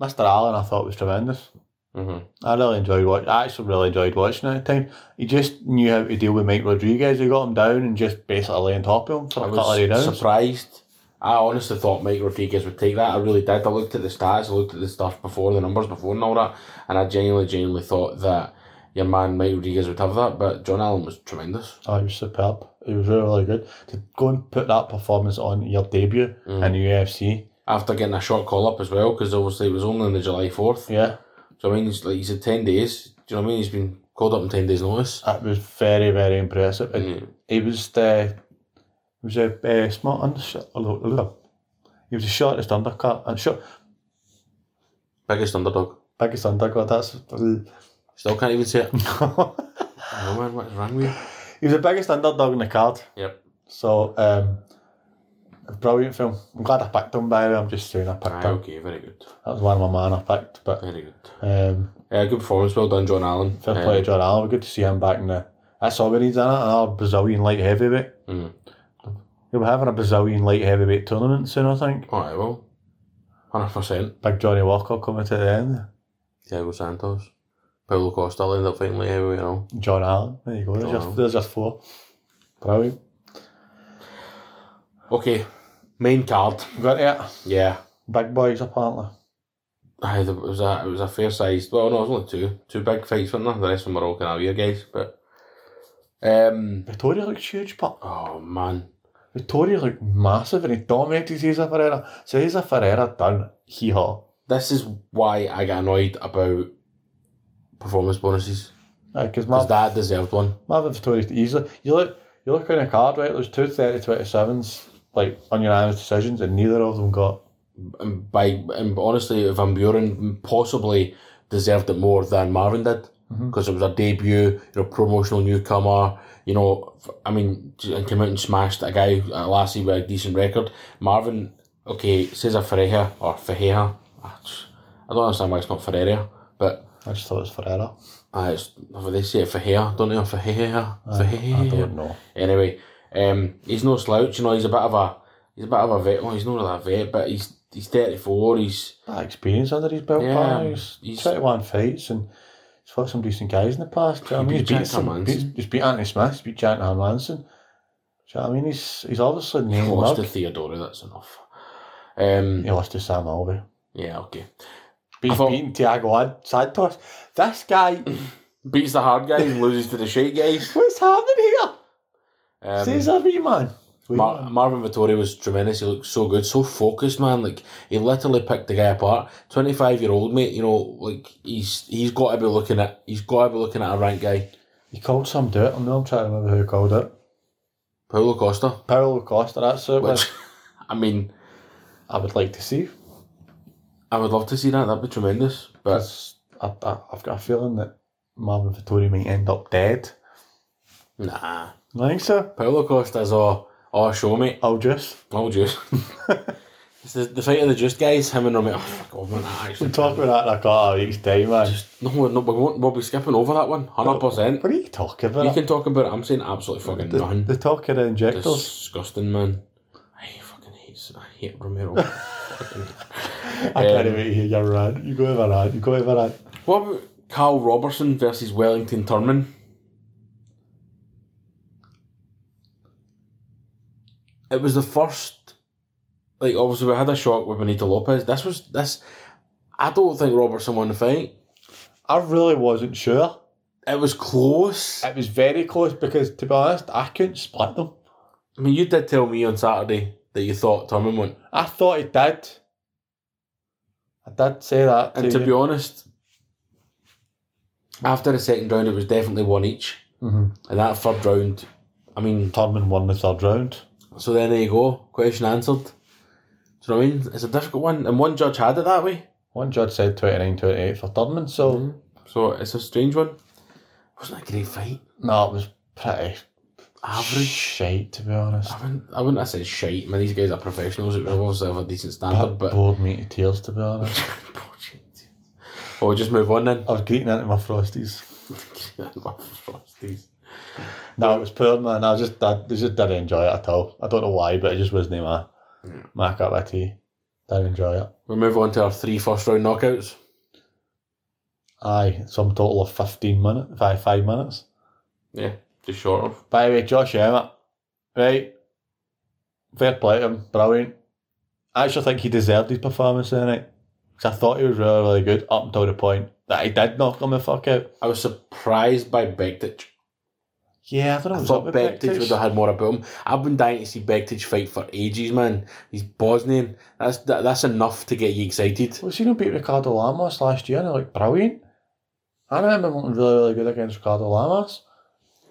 [SPEAKER 2] Mr. Allen, I thought was tremendous.
[SPEAKER 1] Mm-hmm.
[SPEAKER 2] I really enjoyed watching. I actually really enjoyed watching it at the time. He just knew how to deal with Mike Rodriguez. He got him down and just basically lay on top of him for
[SPEAKER 1] I
[SPEAKER 2] a couple of
[SPEAKER 1] was
[SPEAKER 2] rounds.
[SPEAKER 1] surprised. I honestly thought Mike Rodriguez would take that. I really did. I looked at the stats, I looked at the stuff before, the numbers before, and all that, and I genuinely, genuinely thought that your man Mike Rodriguez would have that. But John Allen was tremendous.
[SPEAKER 2] Oh, he was superb. He was really, really good. To go and put that performance on your debut
[SPEAKER 1] Mm.
[SPEAKER 2] in the UFC.
[SPEAKER 1] After getting a short call up as well, because obviously it was only on the July fourth.
[SPEAKER 2] Yeah.
[SPEAKER 1] So I mean, it's like he's had ten days. Do you know what I mean? He's been called up in ten days' notice.
[SPEAKER 2] That was very, very impressive. And
[SPEAKER 1] Mm.
[SPEAKER 2] he was the he was a uh, smart undershot. He was the shortest undercut and short
[SPEAKER 1] Biggest underdog.
[SPEAKER 2] biggest undercut. That's
[SPEAKER 1] Still can't even say it.
[SPEAKER 2] he
[SPEAKER 1] oh man, what's wrong with you?
[SPEAKER 2] was the biggest underdog in the card.
[SPEAKER 1] Yep.
[SPEAKER 2] So, um, a brilliant film. I'm glad I picked him, by the way. I'm just saying I picked
[SPEAKER 1] Aye,
[SPEAKER 2] him.
[SPEAKER 1] okay, very good,
[SPEAKER 2] That was one of my man I picked. But
[SPEAKER 1] very good.
[SPEAKER 2] um,
[SPEAKER 1] Yeah, good performance. Well done, John Allen.
[SPEAKER 2] fair
[SPEAKER 1] Uh,
[SPEAKER 2] play to John Allen. Good to see him back in the. That's all we need, is Another Brazilian light heavyweight.
[SPEAKER 1] Mm.
[SPEAKER 2] He'll be having a Brazilian light heavyweight tournament soon, I think.
[SPEAKER 1] All right, well, hundred percent.
[SPEAKER 2] Big Johnny Walker coming to the end.
[SPEAKER 1] Thiago Santos, Paulo Costa will end up fighting Lee Heavyweight. You know,
[SPEAKER 2] John Allen. There you go. There's
[SPEAKER 1] John
[SPEAKER 2] just,
[SPEAKER 1] Allen.
[SPEAKER 2] there's just four. Brilliant.
[SPEAKER 1] okay, main card.
[SPEAKER 2] We got it.
[SPEAKER 1] Yeah,
[SPEAKER 2] Big boys, apparently.
[SPEAKER 1] Aye, there was a it was a fair sized. Well, no, it was only two two big fights, weren't there? The rest of them were all kind of weird guys, but um,
[SPEAKER 2] Victoria looks huge, but
[SPEAKER 1] oh man,
[SPEAKER 2] Victoria looked massive and he dominated Cesar Ferreira. Cesar Ferreira done hee haw.
[SPEAKER 1] this is why I get annoyed about performance bonuses
[SPEAKER 2] Because
[SPEAKER 1] because
[SPEAKER 2] Marvin,
[SPEAKER 1] that deserved one.
[SPEAKER 2] Marvin Victoria easily. You look, you look on a card, right? There's two 30 27s, like unanimous decisions, and neither of them got.
[SPEAKER 1] And by and honestly, Van Buren possibly deserved it more than Marvin did
[SPEAKER 2] Mhm.
[SPEAKER 1] because it was a debut, you know, promotional newcomer. You know, f- I mean, j- and came out and smashed a guy, a lassie with a decent record. Marvin, okay, Cesar Ferreira or Ferreira. I just- I don't understand why it's not Ferreira, but
[SPEAKER 2] I just thought it was Ferreira.
[SPEAKER 1] uh, it's, they say it Ferreira, don't they? Or Ferreira,
[SPEAKER 2] I, I
[SPEAKER 1] Ferreira.
[SPEAKER 2] don't know.
[SPEAKER 1] Anyway, um, he's no slouch. You know, he's a bit of a he's a bit of a vet. Well, he's not really a vet, but he's he's thirty four. He's
[SPEAKER 2] That experience under his belt,
[SPEAKER 1] Yeah,
[SPEAKER 2] pal. He's,
[SPEAKER 1] he's-
[SPEAKER 2] 21 fights and he's fought some decent guys in the past. Do you know what I
[SPEAKER 1] He
[SPEAKER 2] mean?
[SPEAKER 1] beat
[SPEAKER 2] He's
[SPEAKER 1] Jack
[SPEAKER 2] beat, some,
[SPEAKER 1] Hermanson.
[SPEAKER 2] beat, he's beat Anthony Smith, he's beat Jack Hermanson. Do you know what I mean? He's, he's obviously named
[SPEAKER 1] Lost
[SPEAKER 2] Mug.
[SPEAKER 1] to Theodora, that's enough. Um,
[SPEAKER 2] He lost to Sam Alvey.
[SPEAKER 1] yeah, okay.
[SPEAKER 2] He's
[SPEAKER 1] I thought-
[SPEAKER 2] beaten Thiago Santos. This guy,
[SPEAKER 1] Beats the hard guys and loses to the shit guys.
[SPEAKER 2] what's happening here?
[SPEAKER 1] Um,
[SPEAKER 2] Cesar V, man.
[SPEAKER 1] Mar- Marvin Vittori was tremendous. He looked so good, so focused, man. Like he literally picked the guy apart. Twenty five year old mate, you know, like he's he's got to be looking at he's got to be looking at a ranked guy.
[SPEAKER 2] he called some dirt. I'm not trying to remember who called it.
[SPEAKER 1] Paulo Costa,
[SPEAKER 2] Paulo Costa, that's it.
[SPEAKER 1] which
[SPEAKER 2] Which
[SPEAKER 1] I mean,
[SPEAKER 2] I would like to see.
[SPEAKER 1] I would love to see that. That'd be tremendous. But
[SPEAKER 2] 'cause I, I, I've got a feeling that Marvin Vittori might end up dead.
[SPEAKER 1] nah,
[SPEAKER 2] I think so.
[SPEAKER 1] Paulo Costa's all all show mate.
[SPEAKER 2] I'll just.
[SPEAKER 1] Oh, juice. it's the, the fight of the juice guys, him and Romero. Oh, fuck off, man. I
[SPEAKER 2] We'll
[SPEAKER 1] Actually,
[SPEAKER 2] talk about that in a couple of weeks' time, man.
[SPEAKER 1] no, no, we won't. We'll be skipping over that one. 100%.
[SPEAKER 2] what are you talking
[SPEAKER 1] You
[SPEAKER 2] about?
[SPEAKER 1] can talk about it. I'm saying absolutely fucking
[SPEAKER 2] the,
[SPEAKER 1] nothing.
[SPEAKER 2] the talk of the injectors.
[SPEAKER 1] Disgusting, man. I fucking hate, I hate Romero.
[SPEAKER 2] I can't
[SPEAKER 1] um,
[SPEAKER 2] wait to hear your rant. You go with a rant. You go with a rant.
[SPEAKER 1] what about Carl Robertson versus Wellington Turman? It was the first, like obviously we had a shock with Benito Lopez. This was this. I don't think Robertson won the fight.
[SPEAKER 2] I really wasn't sure.
[SPEAKER 1] It was close. I
[SPEAKER 2] It was very close because, to be honest, I couldn't split them.
[SPEAKER 1] mean, you did tell me on Saturday that you thought Turman won,
[SPEAKER 2] I thought he did. I did say that.
[SPEAKER 1] and to be honest, after the second round, it was definitely one each,
[SPEAKER 2] mm-hmm.
[SPEAKER 1] and that third round, I mean,
[SPEAKER 2] Turman won the third round.
[SPEAKER 1] so then there you go, question answered. Do you know what I mean? It's a difficult one, and one judge had it that way.
[SPEAKER 2] One judge said 29 28 for Thurman, so
[SPEAKER 1] Mm-hmm. So it's a strange one. Wasn't a great fight.
[SPEAKER 2] no, it was pretty
[SPEAKER 1] Average.
[SPEAKER 2] shite to be honest.
[SPEAKER 1] I wouldn't, I wouldn't have said shite. I mean, these guys are professionals. It was obviously have a decent standard,
[SPEAKER 2] That
[SPEAKER 1] but.
[SPEAKER 2] bored me to tears to be honest.
[SPEAKER 1] Well, we'll just move on then.
[SPEAKER 2] I was greeting into my frosties.
[SPEAKER 1] Frosties.
[SPEAKER 2] No, it was poor man. I just I just didn't enjoy it at all. I don't know why, but it just wasn't my
[SPEAKER 1] Mm.
[SPEAKER 2] my cup of tea. Didn't enjoy it.
[SPEAKER 1] We'll move on to our three first round knockouts.
[SPEAKER 2] Aye, some total of fifteen minutes, five five minutes.
[SPEAKER 1] Yeah, just short of.
[SPEAKER 2] By the way, Josh Emmett, right? Fair play to him, brilliant. I actually think he deserved his performance tonight because I thought he was really, really good up until the point that he did knock him the fuck out.
[SPEAKER 1] I was surprised by Bektic.
[SPEAKER 2] Yeah, I don't know.
[SPEAKER 1] I
[SPEAKER 2] what's up
[SPEAKER 1] thought
[SPEAKER 2] with
[SPEAKER 1] Bektic
[SPEAKER 2] Bektic.
[SPEAKER 1] would have had more about him. I've been dying to see Bektic fight for ages, man. He's Bosnian. That's that, that's enough to get you excited.
[SPEAKER 2] Well, seen him beat Ricardo Lamas last year, and he looked brilliant. I remember him looking really, really good against Ricardo Lamas.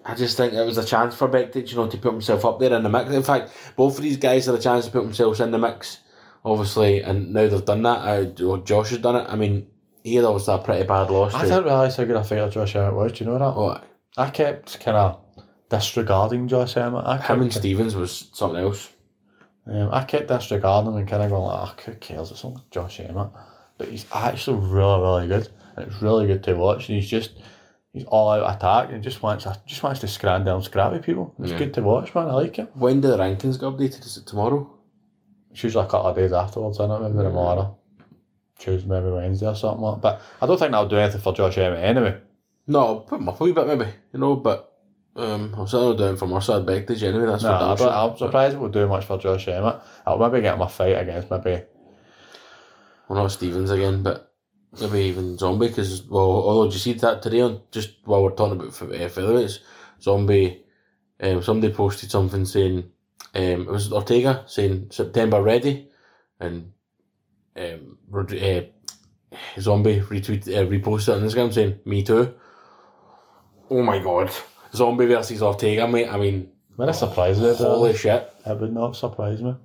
[SPEAKER 1] I just think it was a chance for Bektic, you know, to put himself up there in the mix. In fact, both of these guys had a chance to put themselves in the mix, obviously, and now they've done that. Uh, or Josh has done it. I mean, he had obviously a pretty bad loss.
[SPEAKER 2] I
[SPEAKER 1] to-
[SPEAKER 2] didn't realise how good a fighter Josh Emmett was. Do you know that?
[SPEAKER 1] Oh,
[SPEAKER 2] I kept kind of disregarding Josh Emmett. I kept,
[SPEAKER 1] him and Stevens was something else.
[SPEAKER 2] um, I kept disregarding him and kind of going like, oh, who cares? It's only Josh Emmett. But he's actually really, really good. And it's really good to watch. And he's just he's all out attack and just wants just wants to scram down scrappy people. It's
[SPEAKER 1] Yeah.
[SPEAKER 2] good to watch, man. I like it.
[SPEAKER 1] When do the rankings get updated? Is it tomorrow?
[SPEAKER 2] It's usually a couple of days afterwards, isn't it? Maybe tomorrow. Tuesday, maybe Wednesday or something like that. But I don't think that'll do anything for Josh Emmett anyway.
[SPEAKER 1] No, I'll put him up a wee bit maybe, you know, but um, I'm still down from our side back to anyway, that's
[SPEAKER 2] No,
[SPEAKER 1] what
[SPEAKER 2] I
[SPEAKER 1] I'm
[SPEAKER 2] don't, I'm surprised it will do much for Josh Emmett. I'll maybe get him a fight against maybe
[SPEAKER 1] Well, not Stevens again, but maybe even Zombie, because, well, although did you see that today, on just while we're talking about fe- uh, featherweights, Zombie, um, somebody posted something saying, um, it was Ortega saying September ready, and um, Rod- uh, Zombie retweeted, uh, reposted it on Instagram saying, me too. Oh my god. Zombie versus Ortega, mate. I mean,
[SPEAKER 2] When it surprises me,
[SPEAKER 1] holy
[SPEAKER 2] Holy
[SPEAKER 1] shit.
[SPEAKER 2] it would not surprise me.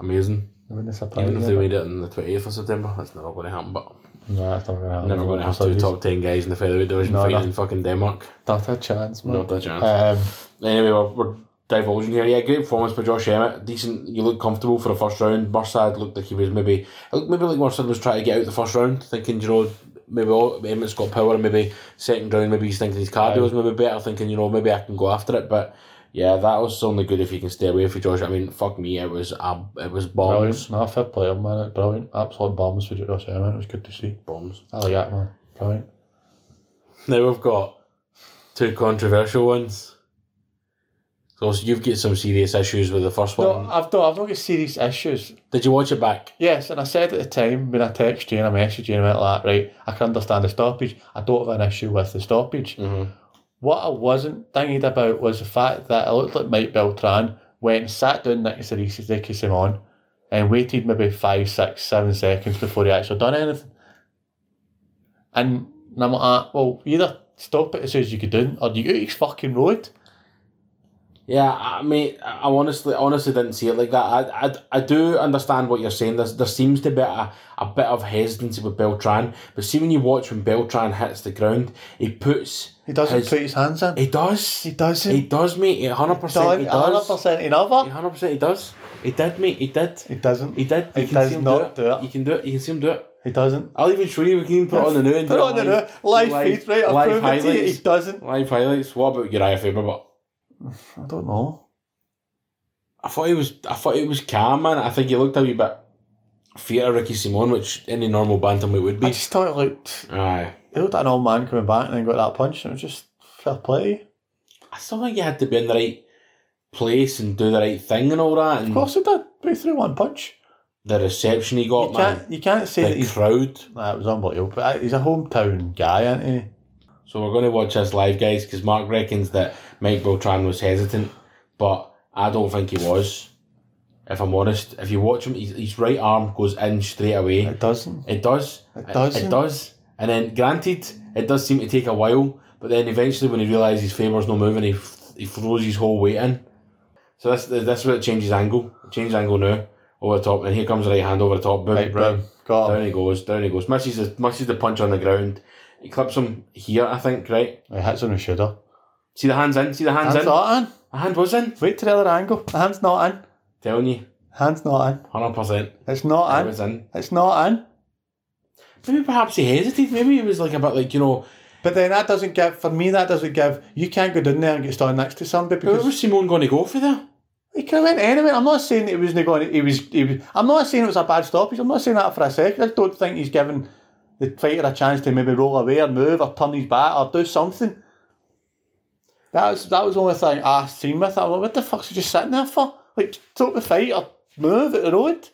[SPEAKER 1] Amazing.
[SPEAKER 2] It wouldn't surprise
[SPEAKER 1] Even if they
[SPEAKER 2] me.
[SPEAKER 1] made it on the 20th of September, that's never going to happen, but.
[SPEAKER 2] No, that's not gonna happen.
[SPEAKER 1] Never going to have two top 10 guys in the featherweight division
[SPEAKER 2] No,
[SPEAKER 1] fighting
[SPEAKER 2] no.
[SPEAKER 1] in fucking Denmark.
[SPEAKER 2] Not a chance, man.
[SPEAKER 1] Not a chance.
[SPEAKER 2] Um,
[SPEAKER 1] Anyway, we're, we're divulging here. Yeah, great performance by Josh Emmett. Decent. You looked comfortable for the first round. Mursad looked like he was maybe. It looked maybe like Mursad was trying to get out the first round, thinking, you know, maybe all, Emmett's got power, and maybe second round, maybe he's thinking his cardio is maybe better, thinking, you know, maybe I can go after it. But yeah, that was only good if you can stay away from Josh. I mean, fuck me, it was uh, it was bombs.
[SPEAKER 2] brilliant. No, fair play, man. Brilliant. Absolute bombs for Josh Emmett. It was good to see.
[SPEAKER 1] Bombs.
[SPEAKER 2] I like that, man. Brilliant.
[SPEAKER 1] Now we've got two controversial ones. So you've got some serious issues with the first
[SPEAKER 2] No,
[SPEAKER 1] one.
[SPEAKER 2] I've not, I've not got serious issues.
[SPEAKER 1] Did you watch it back?
[SPEAKER 2] Yes, and I said at the time when I texted you and I messaged you and went like, right, I can understand the stoppage. I don't have an issue with the stoppage.
[SPEAKER 1] Mhm.
[SPEAKER 2] What I wasn't thinking about was the fact that it looked like Mike Beltran went and sat down next to Reese Dicky Simon and waited maybe five, six, seven seconds before he actually done anything. And and I'm like, ah, well, either stop it as soon as you could do it, or you get his fucking road.
[SPEAKER 1] Yeah, I mean, I I honestly, honestly didn't see it like that. I, I, I do understand what you're saying. There's, there seems to be a, a bit of hesitancy with Beltran, but see when you watch when Beltran hits the ground, he puts,
[SPEAKER 2] He doesn't
[SPEAKER 1] His-
[SPEAKER 2] put his hands in.
[SPEAKER 1] he does,
[SPEAKER 2] He doesn't.
[SPEAKER 1] he does, mate. He- 100% he does.
[SPEAKER 2] 100% in other.
[SPEAKER 1] 100% he does. He did, mate. He did.
[SPEAKER 2] He doesn't.
[SPEAKER 1] He did. You
[SPEAKER 2] He
[SPEAKER 1] can
[SPEAKER 2] does
[SPEAKER 1] see him
[SPEAKER 2] not
[SPEAKER 1] do
[SPEAKER 2] do
[SPEAKER 1] it.
[SPEAKER 2] it.
[SPEAKER 1] You can do it. You can see him do it.
[SPEAKER 2] He doesn't.
[SPEAKER 1] I'll even show you. We can put it on the new and
[SPEAKER 2] Put
[SPEAKER 1] do
[SPEAKER 2] it on the
[SPEAKER 1] live.
[SPEAKER 2] new- live feed, right? I'll
[SPEAKER 1] live
[SPEAKER 2] prove it to you.
[SPEAKER 1] highlights.
[SPEAKER 2] He doesn't.
[SPEAKER 1] Live highlights. What about your IFA? But
[SPEAKER 2] I don't know.
[SPEAKER 1] I thought he was. I thought it was calm, man. I think he looked a wee bit fear of Ricky Simon, which any normal bantamweight would
[SPEAKER 2] I
[SPEAKER 1] be.
[SPEAKER 2] just thought it looked.
[SPEAKER 1] Aye.
[SPEAKER 2] It looked like an old man coming back and then got that punch, and it was just fair play.
[SPEAKER 1] I still think you had to be in the right place and do the right thing and all that.
[SPEAKER 2] Of
[SPEAKER 1] And
[SPEAKER 2] course he did. But he threw one punch.
[SPEAKER 1] the reception he got,
[SPEAKER 2] You
[SPEAKER 1] man.
[SPEAKER 2] can't, you can't say that
[SPEAKER 1] The
[SPEAKER 2] he's.
[SPEAKER 1] crowd.
[SPEAKER 2] Nah, it was unbelievable. But he's a hometown guy, ain't he?
[SPEAKER 1] So we're going to watch this live, guys, because Mark reckons that Mike Beltran was hesitant, but I don't think he was. If I'm honest, if you watch him, his, his right arm goes in straight away.
[SPEAKER 2] It doesn't.
[SPEAKER 1] It does.
[SPEAKER 2] It doesn't.
[SPEAKER 1] It does. And then, granted, it does seem to take a while, but then eventually, when he realises Faber's not moving, he f- he throws his whole weight in. So that's that's where it changes angle. It changes angle now. over the top, and here comes the right hand over the top. Boom,
[SPEAKER 2] Right,
[SPEAKER 1] boom.
[SPEAKER 2] boom. Got him.
[SPEAKER 1] Down he goes, down he goes. Misses the, misses the punch on the ground. He clips him here, I think, right?
[SPEAKER 2] He hits on his shoulder.
[SPEAKER 1] See the hands in, see the hands,
[SPEAKER 2] Hand's
[SPEAKER 1] in.
[SPEAKER 2] not in.
[SPEAKER 1] The hand was in.
[SPEAKER 2] Wait till the other angle. The hand's not in.
[SPEAKER 1] Telling you,
[SPEAKER 2] Hand's not in.
[SPEAKER 1] 100%.
[SPEAKER 2] It's
[SPEAKER 1] It
[SPEAKER 2] not in.
[SPEAKER 1] was in.
[SPEAKER 2] It's not in.
[SPEAKER 1] Maybe perhaps he hesitated. Maybe he was like a bit like, you know,
[SPEAKER 2] But then that doesn't give, for me, that doesn't give, you can't go down there and get started next to somebody
[SPEAKER 1] where
[SPEAKER 2] because
[SPEAKER 1] was Simone going to go for there?
[SPEAKER 2] he could have went anyway. I'm not saying it was not going, he was, he was, I'm not saying it was a bad stoppage. I'm not saying that for a second. I don't think he's given the fighter a chance to maybe roll away or move or turn his back or do something. That was, that was the only thing I seen with it. I'm like, what the fuck's he just sitting there for? Like, stop the fight or move at the road.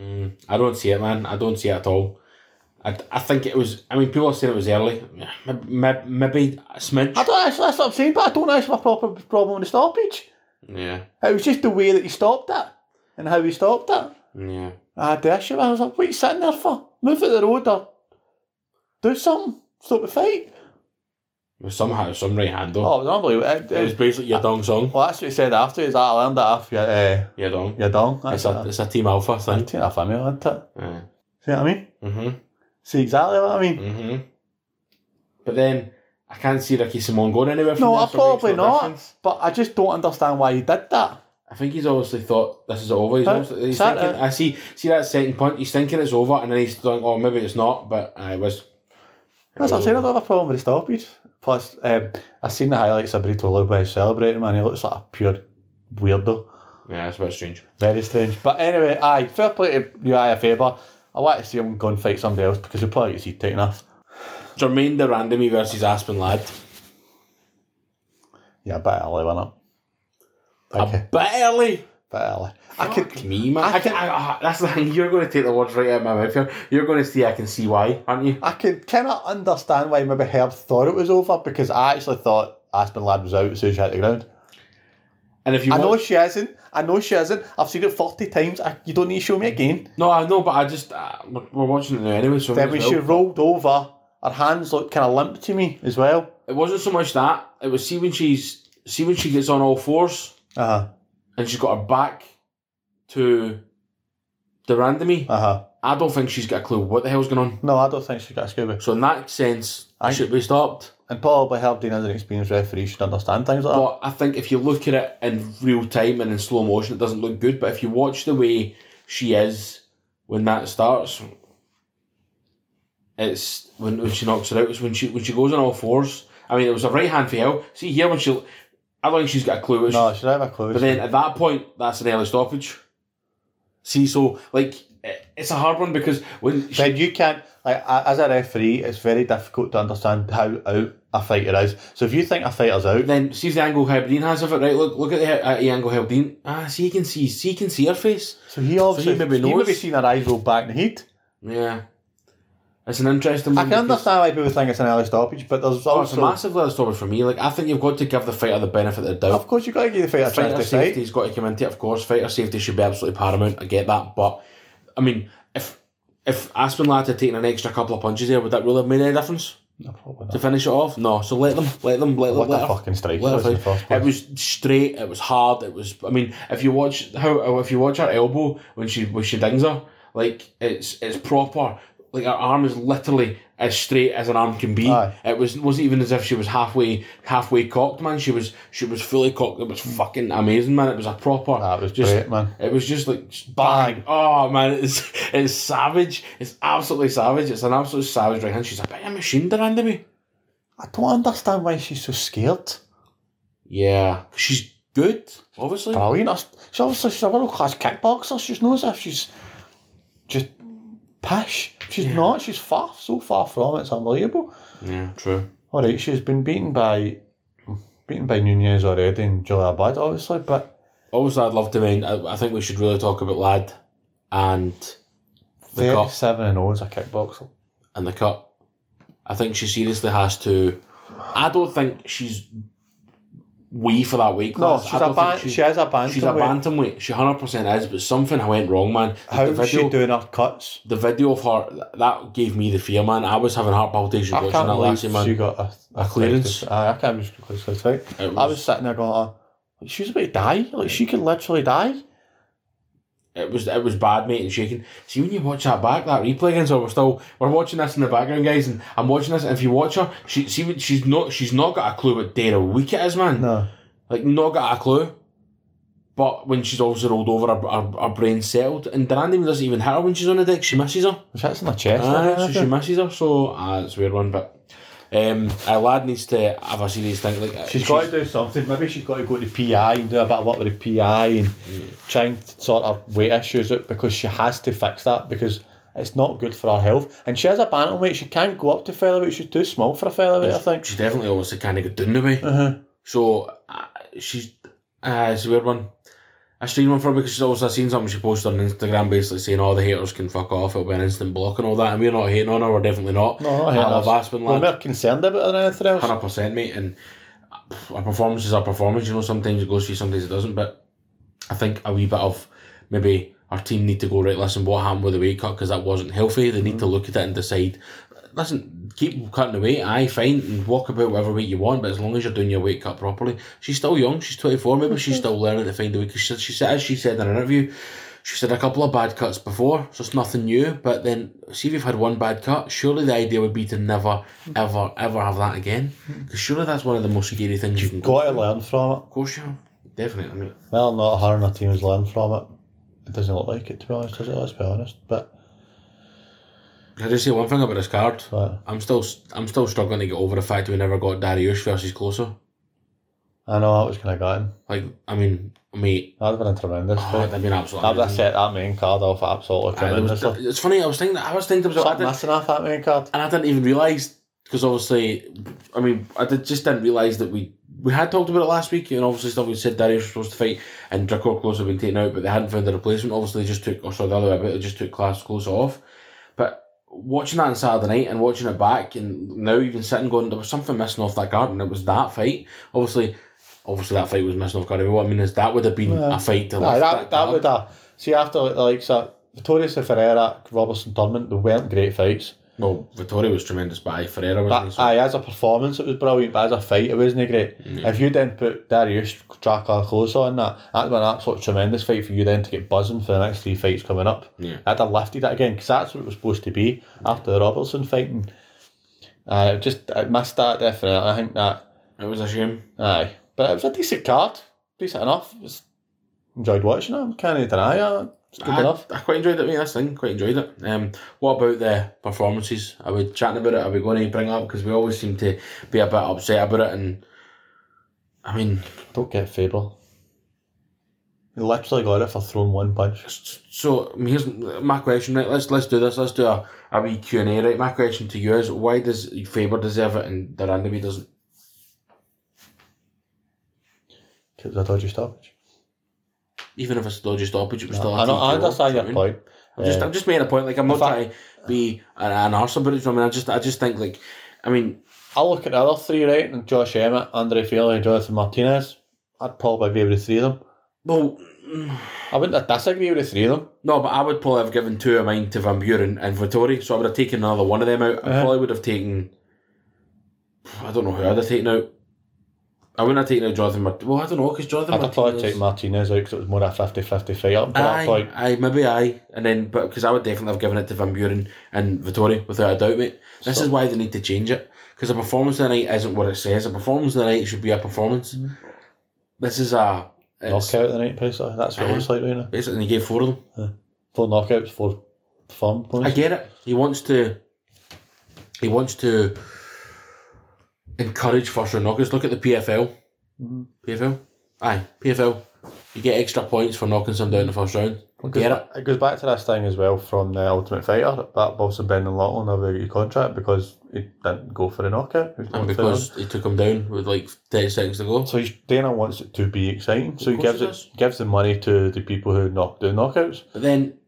[SPEAKER 1] Mm, I don't see it, man. I don't see it at all. I, I think it was. I mean, people are saying it was early. Maybe, maybe a smidge.
[SPEAKER 2] I don't actually, that's what I'm saying, but I don't actually have a proper problem with the stoppage.
[SPEAKER 1] Yeah,
[SPEAKER 2] It was just the way that he stopped it and how he stopped it.
[SPEAKER 1] yeah.
[SPEAKER 2] I had the issue. I was like, what are you sitting there for? Move at the road or do something. Stop the fight.
[SPEAKER 1] It was somehow some right hand though.
[SPEAKER 2] Oh, it was unbelievable. It-
[SPEAKER 1] it was
[SPEAKER 2] it-
[SPEAKER 1] basically your dong song.
[SPEAKER 2] well, that's what he said afterwards. I learned that off your, uh,
[SPEAKER 1] Your dong.
[SPEAKER 2] your dong.
[SPEAKER 1] It's
[SPEAKER 2] That's
[SPEAKER 1] a
[SPEAKER 2] it.
[SPEAKER 1] it's a team alpha
[SPEAKER 2] I
[SPEAKER 1] thing.
[SPEAKER 2] think that's family, isn't it?
[SPEAKER 1] Yeah.
[SPEAKER 2] See what I mean?
[SPEAKER 1] Mhm.
[SPEAKER 2] See exactly what I mean?
[SPEAKER 1] Mhm. But then I can't see Ricky Simone going anywhere. From
[SPEAKER 2] No,
[SPEAKER 1] there, so
[SPEAKER 2] I
[SPEAKER 1] it makes
[SPEAKER 2] probably
[SPEAKER 1] no
[SPEAKER 2] not.
[SPEAKER 1] difference.
[SPEAKER 2] But I just don't understand why he did that.
[SPEAKER 1] I think he's obviously thought this is over. He's,
[SPEAKER 2] Huh?
[SPEAKER 1] obviously, he's
[SPEAKER 2] Is that
[SPEAKER 1] thinking.
[SPEAKER 2] it?
[SPEAKER 1] I see. See that second point. He's thinking it's over, and then he's thinking, "Oh, maybe it's not." But I was.
[SPEAKER 2] That's what I'm saying. I don't have a problem with the stoppage. Plus, um, I seen the highlights of Brito Lopez celebrating, man. He looks like a pure weirdo.
[SPEAKER 1] Yeah, it's a bit strange.
[SPEAKER 2] Very strange. But anyway, aye, fair play to UI a favour. I like to see him go and fight somebody else because he'll probably get his heat taken off.
[SPEAKER 1] Jermaine the Randomy versus Aspen Ladd.
[SPEAKER 2] Yeah, bit early, wasn't it? Okay,
[SPEAKER 1] A bit early.
[SPEAKER 2] bit early. Um, I
[SPEAKER 1] Fuck
[SPEAKER 2] could,
[SPEAKER 1] me, man. I can, I, I, that's the thing. You're going to take the words right out of my mouth here. You're going to see. I can see why, aren't you?
[SPEAKER 2] I could kind of understand why maybe Herb thought it was over because I actually thought Aspen Ladd was out as soon as she hit the ground.
[SPEAKER 1] And if you,
[SPEAKER 2] I know
[SPEAKER 1] want,
[SPEAKER 2] she isn't. I know she isn't. I've seen it 40 times. I, you don't need to show me again.
[SPEAKER 1] no, I know, but I just uh, we're, we're watching it now anyway. So
[SPEAKER 2] Then
[SPEAKER 1] we
[SPEAKER 2] when
[SPEAKER 1] might as
[SPEAKER 2] she
[SPEAKER 1] well.
[SPEAKER 2] rolled over, her hands looked kind of limp to me as well.
[SPEAKER 1] it wasn't so much that it was see when she's see when she gets on all fours
[SPEAKER 2] Uh
[SPEAKER 1] and she's got her back to the Randomy.
[SPEAKER 2] huh. Uh huh.
[SPEAKER 1] I don't think she's got a clue what the hell's going on.
[SPEAKER 2] No, I don't think she got a scuba.
[SPEAKER 1] So in that sense, I
[SPEAKER 2] Aye.
[SPEAKER 1] should be stopped.
[SPEAKER 2] And probably Herb Dean as an experienced referee should understand things like that.
[SPEAKER 1] But I think if you look at it in real time and in slow motion, it doesn't look good. But if you watch the way she is when that starts, it's when, when she knocks her out. It's when she when she goes on all fours. I mean, it was a right hand for hell. See here when she, I don't think she's got a clue. It's-
[SPEAKER 2] No, should I have a clue?
[SPEAKER 1] but then at that point, that's an early stoppage. See, so like it- it's a hard one because when she,
[SPEAKER 2] Then you can't, like, a- as a referee, it's very difficult to understand how out a fighter is. So if you think a fighter's out,
[SPEAKER 1] then see if the angle Hebdine has of it right. Look, look at the, at the angle Hebdine. Ah, see, you can see, see, you can see her face.
[SPEAKER 2] so he obviously
[SPEAKER 1] maybe
[SPEAKER 2] he
[SPEAKER 1] knows.
[SPEAKER 2] maybe seen her eyes roll back in the heat.
[SPEAKER 1] Yeah. It's an interesting
[SPEAKER 2] I
[SPEAKER 1] one.
[SPEAKER 2] can understand why people think it's an early stoppage, but there's
[SPEAKER 1] Oh, it's a
[SPEAKER 2] also,
[SPEAKER 1] massive little story for me. Like, I think you've got to give the fighter the benefit of the doubt.
[SPEAKER 2] of course, you've got to give the fighter a
[SPEAKER 1] Fighter
[SPEAKER 2] chance to fight.
[SPEAKER 1] safety's got to come into it, of course. Fighter safety should be absolutely paramount. I get that, but I mean, if if Aspen Ladd had taken an extra couple of punches there, would that really have made any difference
[SPEAKER 2] No, probably
[SPEAKER 1] to
[SPEAKER 2] not.
[SPEAKER 1] finish it off? No. So let them, let them, let them,
[SPEAKER 2] What
[SPEAKER 1] let
[SPEAKER 2] the
[SPEAKER 1] her-
[SPEAKER 2] fucking strike
[SPEAKER 1] let her
[SPEAKER 2] was in the
[SPEAKER 1] fight.
[SPEAKER 2] first
[SPEAKER 1] It
[SPEAKER 2] place.
[SPEAKER 1] was straight. It was hard. It was. I mean, if you watch how if you watch her elbow when she when she dings her, like it's it's proper. Like her arm is literally as straight as an arm can be.
[SPEAKER 2] Aye.
[SPEAKER 1] It was wasn't even as if she was halfway halfway cocked, man. She was she was fully cocked. It was fucking amazing, man. It was a proper.
[SPEAKER 2] That was
[SPEAKER 1] just.
[SPEAKER 2] great, man.
[SPEAKER 1] It was just like
[SPEAKER 2] Bang.
[SPEAKER 1] Oh man, it's it's savage. It's absolutely savage. It's an absolute savage right hand. She's a bit of a machine, Durandamy.
[SPEAKER 2] I don't understand why she's so scared.
[SPEAKER 1] Yeah, Uh, she's good, obviously.
[SPEAKER 2] Brilliant. That's- She's obviously she's a world class kickboxer. She's not as if she's just pish. She's not. She's far, so far from it. It's unbelievable.
[SPEAKER 1] Yeah, true.
[SPEAKER 2] All right, she's been beaten by beaten by Nunez already and Julia Budd, obviously, but
[SPEAKER 1] Obviously, I'd love to mind. I, I think we should really talk about Lad and the cup
[SPEAKER 2] thirty-seven and zero as a kickboxer.
[SPEAKER 1] and the cup. I think she seriously has to. I don't think she's wee for that weight
[SPEAKER 2] No,
[SPEAKER 1] class.
[SPEAKER 2] she's
[SPEAKER 1] I
[SPEAKER 2] a
[SPEAKER 1] don't think
[SPEAKER 2] ban-
[SPEAKER 1] she-
[SPEAKER 2] she has a bantamweight.
[SPEAKER 1] She's a bantamweight. She hundred percent is, but something went wrong, man.
[SPEAKER 2] How
[SPEAKER 1] the
[SPEAKER 2] is
[SPEAKER 1] video,
[SPEAKER 2] she doing her cuts?
[SPEAKER 1] the video of her that gave me the fear, man. I was having heart palpitations
[SPEAKER 2] I
[SPEAKER 1] watching
[SPEAKER 2] can't
[SPEAKER 1] that
[SPEAKER 2] believe
[SPEAKER 1] last year,
[SPEAKER 2] she
[SPEAKER 1] man.
[SPEAKER 2] got a,
[SPEAKER 1] A clearance.
[SPEAKER 2] Aye, I can't believe she got a clearance. Right?
[SPEAKER 1] It
[SPEAKER 2] I
[SPEAKER 1] was,
[SPEAKER 2] was sitting there going, "Oh, she's about to die. Like she could literally die.
[SPEAKER 1] It was it was bad, mate, and shaking. See when you watch that back, that replay again. So we're still we're watching this in the background, guys, and I'm watching this. And if you watch her, she see what she's not she's not got a clue what day of the week it is, man.
[SPEAKER 2] No.
[SPEAKER 1] Like not got a clue. But when she's obviously rolled over, her, her, her brain settled, and Durand doesn't even hit her when she's on the deck. She misses her.
[SPEAKER 2] Which that's in the chest.
[SPEAKER 1] Aye,
[SPEAKER 2] I
[SPEAKER 1] Ah, so
[SPEAKER 2] think.
[SPEAKER 1] she misses her, so ah, it's a weird one. But um, a lad needs to have a serious think. Like uh,
[SPEAKER 2] She's got to do something. Maybe she's got to go to PI and do a bit of work with the PI and try and sort of weight issues out because she has to fix that because it's not good for her health. And she has a bantamweight. She can't go up to featherweight. She's too small for a featherweight, I think.
[SPEAKER 1] She definitely almost kind of got down the way.
[SPEAKER 2] Uh-huh.
[SPEAKER 1] So uh, she's uh, it's a weird one. I streamed one for her because she's also seen something she posted on Instagram basically saying all the haters can fuck off, it'll be an instant block and all that. And we're not hating on her, we're definitely not.
[SPEAKER 2] No, not
[SPEAKER 1] I
[SPEAKER 2] hating
[SPEAKER 1] love
[SPEAKER 2] us.
[SPEAKER 1] Aspen,
[SPEAKER 2] We're
[SPEAKER 1] lad.
[SPEAKER 2] not concerned about her or anything else.
[SPEAKER 1] hundred percent, mate. And a performance is a performance. You know, sometimes it goes through, sometimes it doesn't. But I think a wee bit of maybe our team need to go right. Listen, what happened with the weight cut? Because that wasn't healthy. They need to look at it and decide. Listen, keep cutting the weight. Aye, fine, and walk about whatever weight you want. But as long as you're doing your weight cut properly, she's still young. She's twenty four. Maybe she's still learning to find a way. Because she, she said, as she said in an interview. She's had a couple of bad cuts before, so it's nothing new. But then, see if you've had one bad cut, surely the idea would be to never, ever, ever have that again. Because surely that's one of the most scary things you can go.
[SPEAKER 2] Got to learn from it.
[SPEAKER 1] Of course, you have. Definitely. I mean,
[SPEAKER 2] Well, not her and her team has learned from it. It doesn't look like it, to be honest, does it? Let's be honest. But,
[SPEAKER 1] can I just say one thing about this card?
[SPEAKER 2] but
[SPEAKER 1] I'm still, I'm still struggling to get over the fact we never got Darius versus Closer.
[SPEAKER 2] I know that was going to go in.
[SPEAKER 1] Like, I mean, mate,
[SPEAKER 2] That would have been a tremendous
[SPEAKER 1] oh,
[SPEAKER 2] fight.
[SPEAKER 1] that'd been absolutely.
[SPEAKER 2] That would have
[SPEAKER 1] amazing.
[SPEAKER 2] set that main card off absolutely
[SPEAKER 1] Aye, there was-
[SPEAKER 2] tremendously.
[SPEAKER 1] it's funny. I was thinking, I was thinking, about
[SPEAKER 2] Stop
[SPEAKER 1] I did-
[SPEAKER 2] missing off that main card.
[SPEAKER 1] and I didn't even realize because obviously, I mean, I did, just didn't realize that we we had talked about it last week, and obviously stuff we said Darius was supposed to fight, and Draco Close had been taken out, but they hadn't found a replacement. Obviously, they just took or sorry, the other way, about, they just took Class Close off. But watching that on Saturday night and watching it back, and now even sitting going, there was something missing off that card, and it was that fight. Obviously, obviously that fight was missing off card. But What I mean is that would have been
[SPEAKER 2] Yeah.
[SPEAKER 1] a fight to
[SPEAKER 2] Aye,
[SPEAKER 1] lift
[SPEAKER 2] that, that
[SPEAKER 1] card.
[SPEAKER 2] would have. See, after like, the likes of Vittoria Ferreira, Robertson Tournament, they weren't great fights.
[SPEAKER 1] no, Vittoria was tremendous, but aye, Ferreira was.
[SPEAKER 2] But aye, as a performance, it was brilliant, but as a fight, it wasn't great. If you then put Darius Dracar close on that, that'd been an absolute tremendous fight for you then to get buzzing for the next three fights coming up.
[SPEAKER 1] Yeah.
[SPEAKER 2] I'd have lifted it again because that's what it was supposed to be after the Robertson fighting. Uh, it just it missed that definitely. I think that
[SPEAKER 1] It was a shame.
[SPEAKER 2] Aye, but it was a decent card, decent enough. It's- enjoyed watching it. Can't deny it. It's good
[SPEAKER 1] I,
[SPEAKER 2] enough.
[SPEAKER 1] I quite enjoyed it, mate. This thing, quite enjoyed it. Um, what about the performances? Are we chatting about it? Are we going to bring it up? Because we always seem to be a bit upset about it. And I mean,
[SPEAKER 2] Don't get Faber. He literally got it for throwing one punch.
[SPEAKER 1] s- so I mean, here's my question. Right, let's let's do this. Let's do a, a wee Q and A. Right, my question to you is: Why does Faber deserve it and Durandamy doesn't?
[SPEAKER 2] It was a dodgy stoppage.
[SPEAKER 1] Even if it's a dodgy stoppage, it was still. a
[SPEAKER 2] I, know, I
[SPEAKER 1] TKO,
[SPEAKER 2] understand
[SPEAKER 1] do you know what I
[SPEAKER 2] your
[SPEAKER 1] mean?
[SPEAKER 2] point.
[SPEAKER 1] I'm just, I'm just making a point. Like I'm not
[SPEAKER 2] If I-
[SPEAKER 1] trying to be an, an arse about it. do you know what I mean, I just, I just think like, I mean,
[SPEAKER 2] I look at the other three, right? And Josh Emmett, Andre Feely, and Jonathan Martinez. I'd probably agree with the three of them.
[SPEAKER 1] well,
[SPEAKER 2] I wouldn't disagree with the three of them.
[SPEAKER 1] No, but I would probably have given two of mine to Van Buren and Vittori, so I would have taken another one of them out. I
[SPEAKER 2] Uh-huh.
[SPEAKER 1] probably would have taken. I don't know who I'd have taken out. I wouldn't have taken out Jonathan. Mart- well, I don't know because Jonathan.
[SPEAKER 2] I'd have probably
[SPEAKER 1] Martinez-
[SPEAKER 2] take Martinez out because it was more a 50 50 fight up until that
[SPEAKER 1] Aye,
[SPEAKER 2] point.
[SPEAKER 1] aye, maybe aye, and then but because I would definitely have given it to Van Buren and Vittori without a doubt, mate. This
[SPEAKER 2] So-
[SPEAKER 1] is why they need to change it because a performance of the night isn't what it says. A performance of the night should be a performance.
[SPEAKER 2] Mm-hmm.
[SPEAKER 1] This is a it's,
[SPEAKER 2] Knockout the night, basically. That's what it looks like right now.
[SPEAKER 1] basically he gave four of them.
[SPEAKER 2] Four knockouts, four firm points.
[SPEAKER 1] I get it. He wants to. He wants to encourage first round knockouts. Look at the PFL.
[SPEAKER 2] Mm-hmm.
[SPEAKER 1] PFL. Aye, PFL. You get extra points for knocking some down in the first round. I
[SPEAKER 2] goes
[SPEAKER 1] get it.
[SPEAKER 2] ba- it goes back to this thing as well from the Ultimate Fighter that obviously Brendan Lachlan never got your contract because he didn't go for the knockout. He was
[SPEAKER 1] And
[SPEAKER 2] not fit
[SPEAKER 1] because he took him down with like 30 seconds to go.
[SPEAKER 2] enough. so he's, Dana wants it to be exciting, so he
[SPEAKER 1] Of course
[SPEAKER 2] gives
[SPEAKER 1] he
[SPEAKER 2] it
[SPEAKER 1] does.
[SPEAKER 2] gives the money to the people who knock do knockouts.
[SPEAKER 1] But then,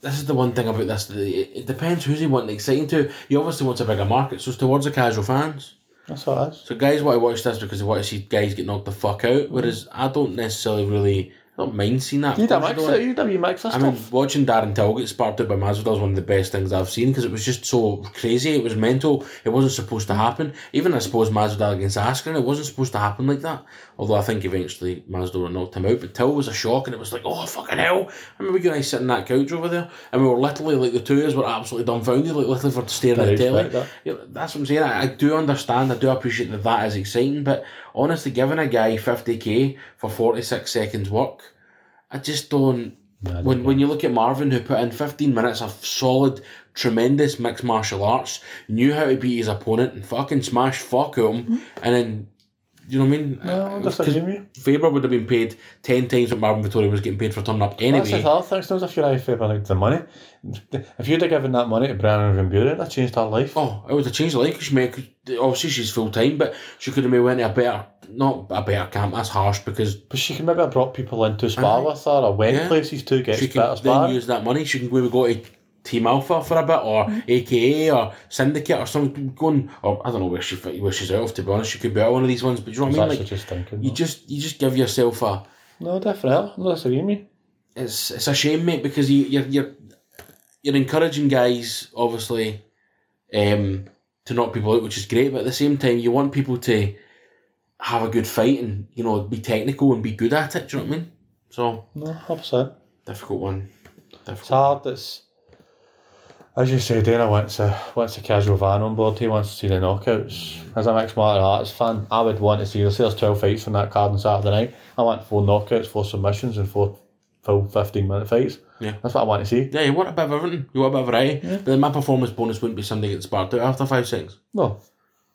[SPEAKER 1] this is the one thing about this. that It it depends who's he wanting exciting to. He obviously wants a bigger market, so it's towards the casual fans.
[SPEAKER 2] That's what it is.
[SPEAKER 1] So guys want to watch this because they want to see guys get knocked the fuck out. Whereas I don't necessarily really. I don't mind seeing that.
[SPEAKER 2] You'd have
[SPEAKER 1] Of course
[SPEAKER 2] mixed
[SPEAKER 1] you
[SPEAKER 2] it,
[SPEAKER 1] don't.
[SPEAKER 2] you'd have your mix of
[SPEAKER 1] I mean,
[SPEAKER 2] stuff.
[SPEAKER 1] watching Darren Till get sparked out by Masvidal is one of the best things I've seen because it was just so crazy. It was mental. It wasn't supposed to happen. Even I suppose Masvidal against Askren, it wasn't supposed to happen like that. Although I think eventually Masvidal knocked him out. But Till was a shock, and it was like, oh fucking hell! I remember you and I sitting on that couch over there, and we were literally like the two of us were absolutely dumbfounded, like literally for staring at the
[SPEAKER 2] Didn't
[SPEAKER 1] telly.
[SPEAKER 2] expect that.
[SPEAKER 1] Yeah, that's what I'm saying. I, I do understand. I do appreciate that that is exciting, but honestly, giving a guy 50k for 46 seconds work, I just don't. When, when you look at Marvin, who put in 15 minutes of solid, tremendous mixed martial arts, knew how to beat his opponent and fucking smash fuck him, and then, you know what I mean?
[SPEAKER 2] No, I
[SPEAKER 1] Because
[SPEAKER 2] disagree with you.
[SPEAKER 1] Faber would have been paid 10 times what Marvin Vittori was getting paid for turning up
[SPEAKER 2] That's
[SPEAKER 1] anyway.
[SPEAKER 2] the other thing, Stones, if you're out favour like the money. If you'd have given that money to Brandon Van Buren, that changed her life.
[SPEAKER 1] Oh, it would have changed her life 'cause she made, obviously she's full time, but she could have maybe went to a better, not a better camp, that's harsh because
[SPEAKER 2] But she could maybe have brought people into spa with her or went
[SPEAKER 1] Yeah.
[SPEAKER 2] places to get
[SPEAKER 1] she
[SPEAKER 2] better
[SPEAKER 1] can then
[SPEAKER 2] spa.
[SPEAKER 1] use that money. She can maybe go to Team Alpha for a bit, or AKA, or Syndicate, or something. Going, or I don't know where she where she's out of. To be honest, she could be out of one of these ones. But you know
[SPEAKER 2] I
[SPEAKER 1] what I mean?
[SPEAKER 2] actually
[SPEAKER 1] Like
[SPEAKER 2] just thinking.
[SPEAKER 1] you
[SPEAKER 2] that.
[SPEAKER 1] just you just give yourself a.
[SPEAKER 2] No, definitely. I'm not disagreeing with you.
[SPEAKER 1] It's it's a shame, mate, because you you're you're, you're encouraging guys obviously, um, to knock people out, which is great. But at the same time, you want people to have a good fight and you know be technical and be good at it. Do you know what I mean? So
[SPEAKER 2] No, 100%.
[SPEAKER 1] difficult one.
[SPEAKER 2] It's
[SPEAKER 1] Difficult.
[SPEAKER 2] hard. It's, as you say, Dana wants a, wants a casual van on board. He wants to see the knockouts. As a mixed martial arts fan, I would want to see, say there's 12 fights from that card on Saturday night. I want four knockouts, four submissions, and four full 15 minute fights.
[SPEAKER 1] Yeah.
[SPEAKER 2] That's what I want to see.
[SPEAKER 1] Yeah, you want a bit of everything. You want a bit of variety. But then my performance bonus wouldn't be something that's sparked out after five seconds.
[SPEAKER 2] No.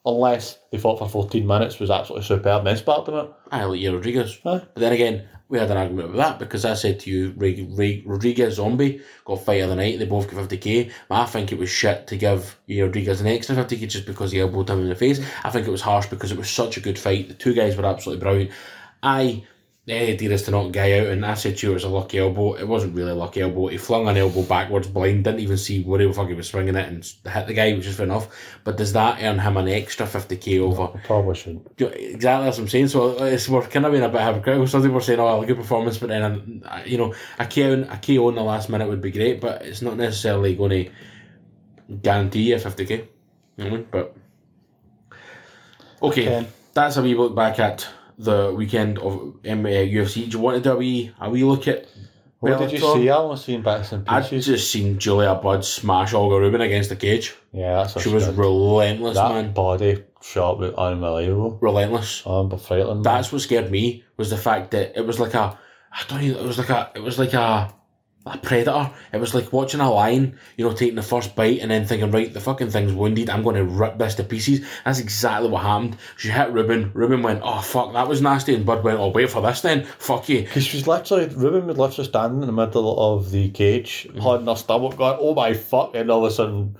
[SPEAKER 2] Unless they fought for 14 minutes, was absolutely superb, and then sparked them out.
[SPEAKER 1] I like you, Rodriguez.
[SPEAKER 2] Aye.
[SPEAKER 1] But then again, we had an argument with that because I said to you, Ray, Ray, Rodriguez Zombie got fight of the night. They both got 50k. But I think it was shit to give you know, Rodriguez an extra 50k just because he elbowed him in the face. I think it was harsh because it was such a good fight. The two guys were absolutely brilliant. I. Eh, dearest to knock guy out, and I said to you it was a lucky elbow. It wasn't really a lucky elbow. He flung an elbow backwards blind, didn't even see where he fucking was swinging it and hit the guy, which is fair enough. But does that earn him an extra 50k over
[SPEAKER 2] Probably shouldn't.
[SPEAKER 1] yeah, Exactly, that's what I'm saying. So uh, it's we're kind of being a bit hypocritical. Some people are saying, "Oh, good performance," but then uh, you know, a KO, a KO in the last minute would be great, but it's not necessarily going to guarantee you 50k. You know what I mean? But okay,
[SPEAKER 2] Okay.
[SPEAKER 1] that's a wee look back at the weekend of M- uh, UFC. Do you want to do a wee a wee look at?
[SPEAKER 2] What did you
[SPEAKER 1] Bellator?
[SPEAKER 2] see? I only seen bits and
[SPEAKER 1] I
[SPEAKER 2] pieces.
[SPEAKER 1] just seen Julia Budd smash Olga Rubin against the cage.
[SPEAKER 2] yeah, that's a
[SPEAKER 1] She was
[SPEAKER 2] stud.
[SPEAKER 1] relentless,
[SPEAKER 2] That
[SPEAKER 1] man.
[SPEAKER 2] body shot was unbelievable. Oh,
[SPEAKER 1] Relentless.
[SPEAKER 2] I'm frightening. man.
[SPEAKER 1] that's what scared me was the fact that it was like a I don't even it was like a it was like a a predator. It was like watching a lion, you know, taking the first bite and then thinking, right, the fucking thing's wounded. I'm going to rip this to pieces. That's exactly what happened. She hit Ruben. Ruben went, oh fuck, that was nasty, and Bud went, oh wait for this then. Fuck you.
[SPEAKER 2] Because she was literally, Ruben was literally standing in the middle of the cage,
[SPEAKER 1] Mm.
[SPEAKER 2] holding her stomach, going, oh my fuck, and all of a sudden,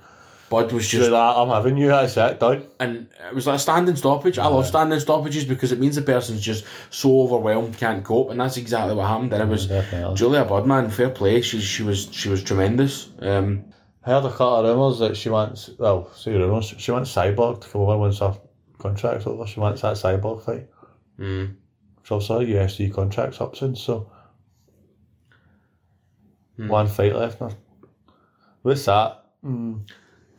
[SPEAKER 1] Bud was
[SPEAKER 2] do
[SPEAKER 1] just
[SPEAKER 2] that, I'm having you, that's it, done.
[SPEAKER 1] and it was like a standing stoppage. I love standing stoppages because it means the person's just so overwhelmed, can't cope, and that's exactly what happened. And it was
[SPEAKER 2] definitely.
[SPEAKER 1] Julia Budman, fair play. She she was she was tremendous. Um,
[SPEAKER 2] I heard a couple of rumours that she wants, well, see rumours, she wants Cyborg to come over once her contract's over, she wants that Cyborg fight.
[SPEAKER 1] mm.
[SPEAKER 2] So obviously her UFC contract's up soon, so.
[SPEAKER 1] Hmm.
[SPEAKER 2] One fight left now. What's that? Mm.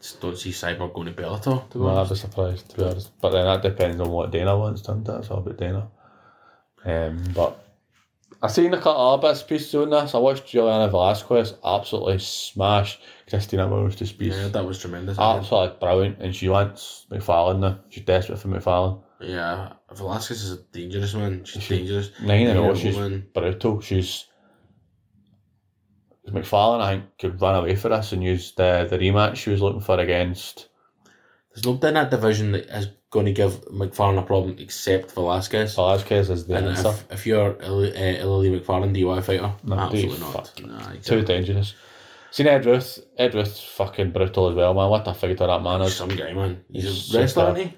[SPEAKER 1] just don't see Cyborg going to Bellator. To be
[SPEAKER 2] No, I'd
[SPEAKER 1] honest.
[SPEAKER 2] be surprised, to be honest. But then that depends on what Dana wants done. That's all about Dana. Um, but I seen a couple of bits pieces doing this. I watched Juliana Velasquez absolutely smash Christina Morris to speech.
[SPEAKER 1] Yeah, that was tremendous.
[SPEAKER 2] Absolutely brilliant. And she wants McFarlane now. She's desperate for McFarlane.
[SPEAKER 1] Yeah, Velasquez is a dangerous man. She's
[SPEAKER 2] She-
[SPEAKER 1] dangerous.
[SPEAKER 2] Nine and
[SPEAKER 1] Yeah,
[SPEAKER 2] all, she's
[SPEAKER 1] woman.
[SPEAKER 2] brutal. She's McFarlane, I think, could run away for us and use the, the rematch she was looking for against.
[SPEAKER 1] There's nobody in that division that is going to give McFarlane a problem except Velasquez.
[SPEAKER 2] Velasquez is the
[SPEAKER 1] and
[SPEAKER 2] answer.
[SPEAKER 1] if, if you're Ili- uh, Lily McFarlane, do you want to fight her?
[SPEAKER 2] No,
[SPEAKER 1] Absolutely
[SPEAKER 2] dude,
[SPEAKER 1] not.
[SPEAKER 2] fuck.
[SPEAKER 1] Nah,
[SPEAKER 2] Too
[SPEAKER 1] exactly.
[SPEAKER 2] dangerous. Seen Ed Ruth. Ed Ruth's fucking brutal as well, man. What a figure that man
[SPEAKER 1] He's
[SPEAKER 2] is.
[SPEAKER 1] some guy, man. He's,
[SPEAKER 2] He's
[SPEAKER 1] a wrestler,
[SPEAKER 2] superb.
[SPEAKER 1] isn't he?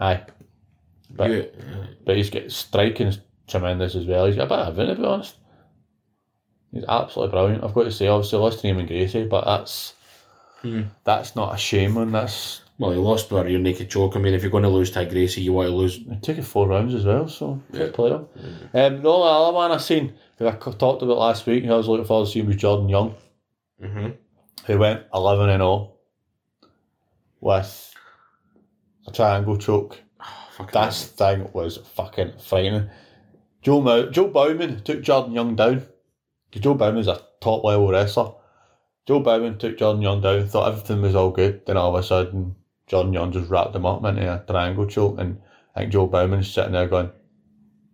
[SPEAKER 2] Aye. But,
[SPEAKER 1] You- yeah.
[SPEAKER 2] but he's got striking's tremendous as well. He's got a bit of it, to be honest. He's absolutely brilliant. I've got to say, obviously, I lost to Neiman Gracie, but that's
[SPEAKER 1] Hmm.
[SPEAKER 2] that's not a shame, and that's
[SPEAKER 1] Well, he lost by a rear naked choke. I mean, if you're going to lose to Gracie, you want to lose.
[SPEAKER 2] It took it four rounds as well, so fair play. on. Um, the only other one I seen who I c- talked about last week, who I was looking forward to seeing was Jordan Young,
[SPEAKER 1] Mm-hmm.
[SPEAKER 2] who went eleven and zero with a triangle choke. That thing was fucking frightening. Joe Mou- Joe Bowman took Jordan Young down. 'Cause Joe Bowman's a top level wrestler. Joe Bowman took Jordan Young down, thought everything was all good, then all of a sudden Jordan Young just wrapped him up into a triangle choke and I think Joe Bowman's sitting there going,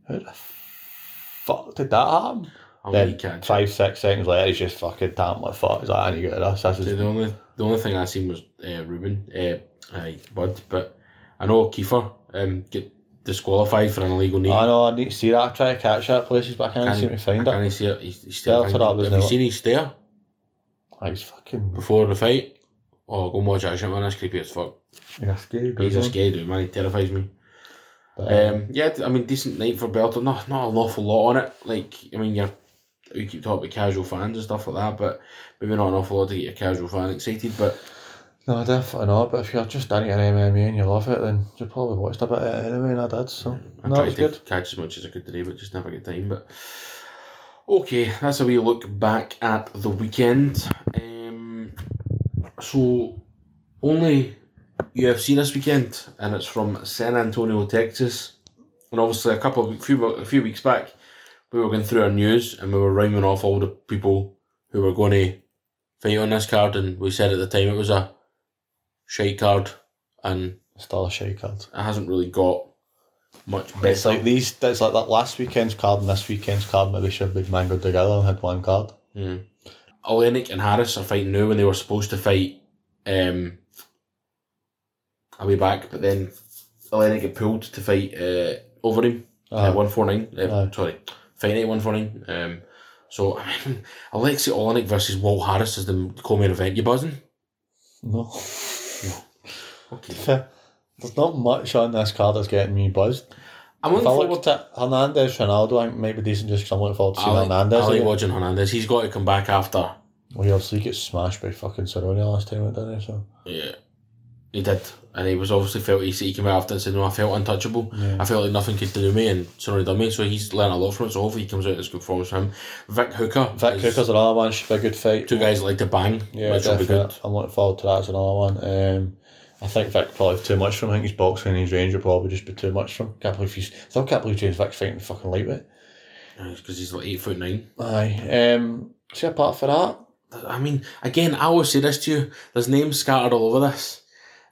[SPEAKER 2] How the fuck did that happen?
[SPEAKER 1] I'll
[SPEAKER 2] Then
[SPEAKER 1] recatch.
[SPEAKER 2] Five, six seconds later he's just fucking damn like fuck. He's like, I need to get rid of this. This
[SPEAKER 1] So
[SPEAKER 2] is
[SPEAKER 1] the only the only thing I seen was uh, Ruben, uh, aye, Bud, but I know Kiefer um, get disqualified for an illegal knee.
[SPEAKER 2] I know I need to see that. I try to catch that places but Ah, I can't seem to find
[SPEAKER 1] I
[SPEAKER 2] it.
[SPEAKER 1] can't see it. He's, he's
[SPEAKER 2] Yeah,
[SPEAKER 1] still
[SPEAKER 2] that's what I was
[SPEAKER 1] Have you
[SPEAKER 2] now.
[SPEAKER 1] seen his stare
[SPEAKER 2] Like, he's fucking
[SPEAKER 1] before the fight? Oh, go and watch that shit, man. That's creepy as fuck.
[SPEAKER 2] he's a scary
[SPEAKER 1] He's a
[SPEAKER 2] dude,
[SPEAKER 1] scary dude, man. He terrifies me.
[SPEAKER 2] but,
[SPEAKER 1] Um, yeah, I mean, decent night for Belter. Not not an awful lot on it. Like, I mean, you're you keep talking about casual fans and stuff like that, but maybe not an awful lot to get your casual fan excited. But
[SPEAKER 2] No, definitely not. But if you're just into MMA and you love it, then you probably watched a bit of it anyway, and I did. So
[SPEAKER 1] I
[SPEAKER 2] no,
[SPEAKER 1] tried
[SPEAKER 2] it's
[SPEAKER 1] to
[SPEAKER 2] good.
[SPEAKER 1] catch as much as I could today, but just never get time. But okay, that's a wee look back at the weekend. Um, so only UFC this weekend, and it's from San Antonio, Texas. And obviously, a couple of few a few weeks back, we were going through our news and we were rhyming off all the people who were going to fight on this card, and we said at the time it was a shite card, and
[SPEAKER 2] Still a shitty card.
[SPEAKER 1] it hasn't really got much better.
[SPEAKER 2] It's like these. It's like that last weekend's card and this weekend's card maybe should have been mangled together and had one card.
[SPEAKER 1] Mm. Olenek and Harris are fighting now when they were supposed to fight um, a way back, but then Olenek got pulled to fight uh, over him at
[SPEAKER 2] Aye.
[SPEAKER 1] 149. Uh,
[SPEAKER 2] Aye.
[SPEAKER 1] Sorry, fight night 149. Um, so, I mean, Alexei Olenek versus Walt Harris is the co main event. You buzzing?
[SPEAKER 2] No,
[SPEAKER 1] Okay.
[SPEAKER 2] there's not much on this card that's getting me buzzed.
[SPEAKER 1] I'm looking
[SPEAKER 2] If I
[SPEAKER 1] forward
[SPEAKER 2] looked at Hernandez Ronaldo, I think maybe decent just because I'm looking forward to
[SPEAKER 1] I
[SPEAKER 2] seeing
[SPEAKER 1] like,
[SPEAKER 2] Hernandez.
[SPEAKER 1] I like
[SPEAKER 2] again.
[SPEAKER 1] watching Hernandez. He's got to come back after.
[SPEAKER 2] Well, he obviously gets smashed by fucking Cerrone last time, didn't he? So
[SPEAKER 1] Yeah. He did. And he was obviously felt he, he came out after and said, No, I felt untouchable. I felt like nothing could do me and sorry done me. So he's learned a lot from it. So hopefully he comes out as good form for him. Vic Hooker.
[SPEAKER 2] Vic
[SPEAKER 1] is
[SPEAKER 2] Cooker's another one. Should be a good fight.
[SPEAKER 1] Two guys that like to bang.
[SPEAKER 2] Yeah,
[SPEAKER 1] which will be
[SPEAKER 2] definitely.
[SPEAKER 1] good.
[SPEAKER 2] I'm looking forward to that as another one. Um, I think Vic probably too much for him. I think his boxing and his range will probably just be too much for him. Can't believe he's still can't believe James Vic's fighting fucking lightweight.
[SPEAKER 1] Because Uh, he's like eight foot nine.
[SPEAKER 2] Aye. Um, see apart from that,
[SPEAKER 1] I mean, again, I always say this to you. There's names scattered all over this.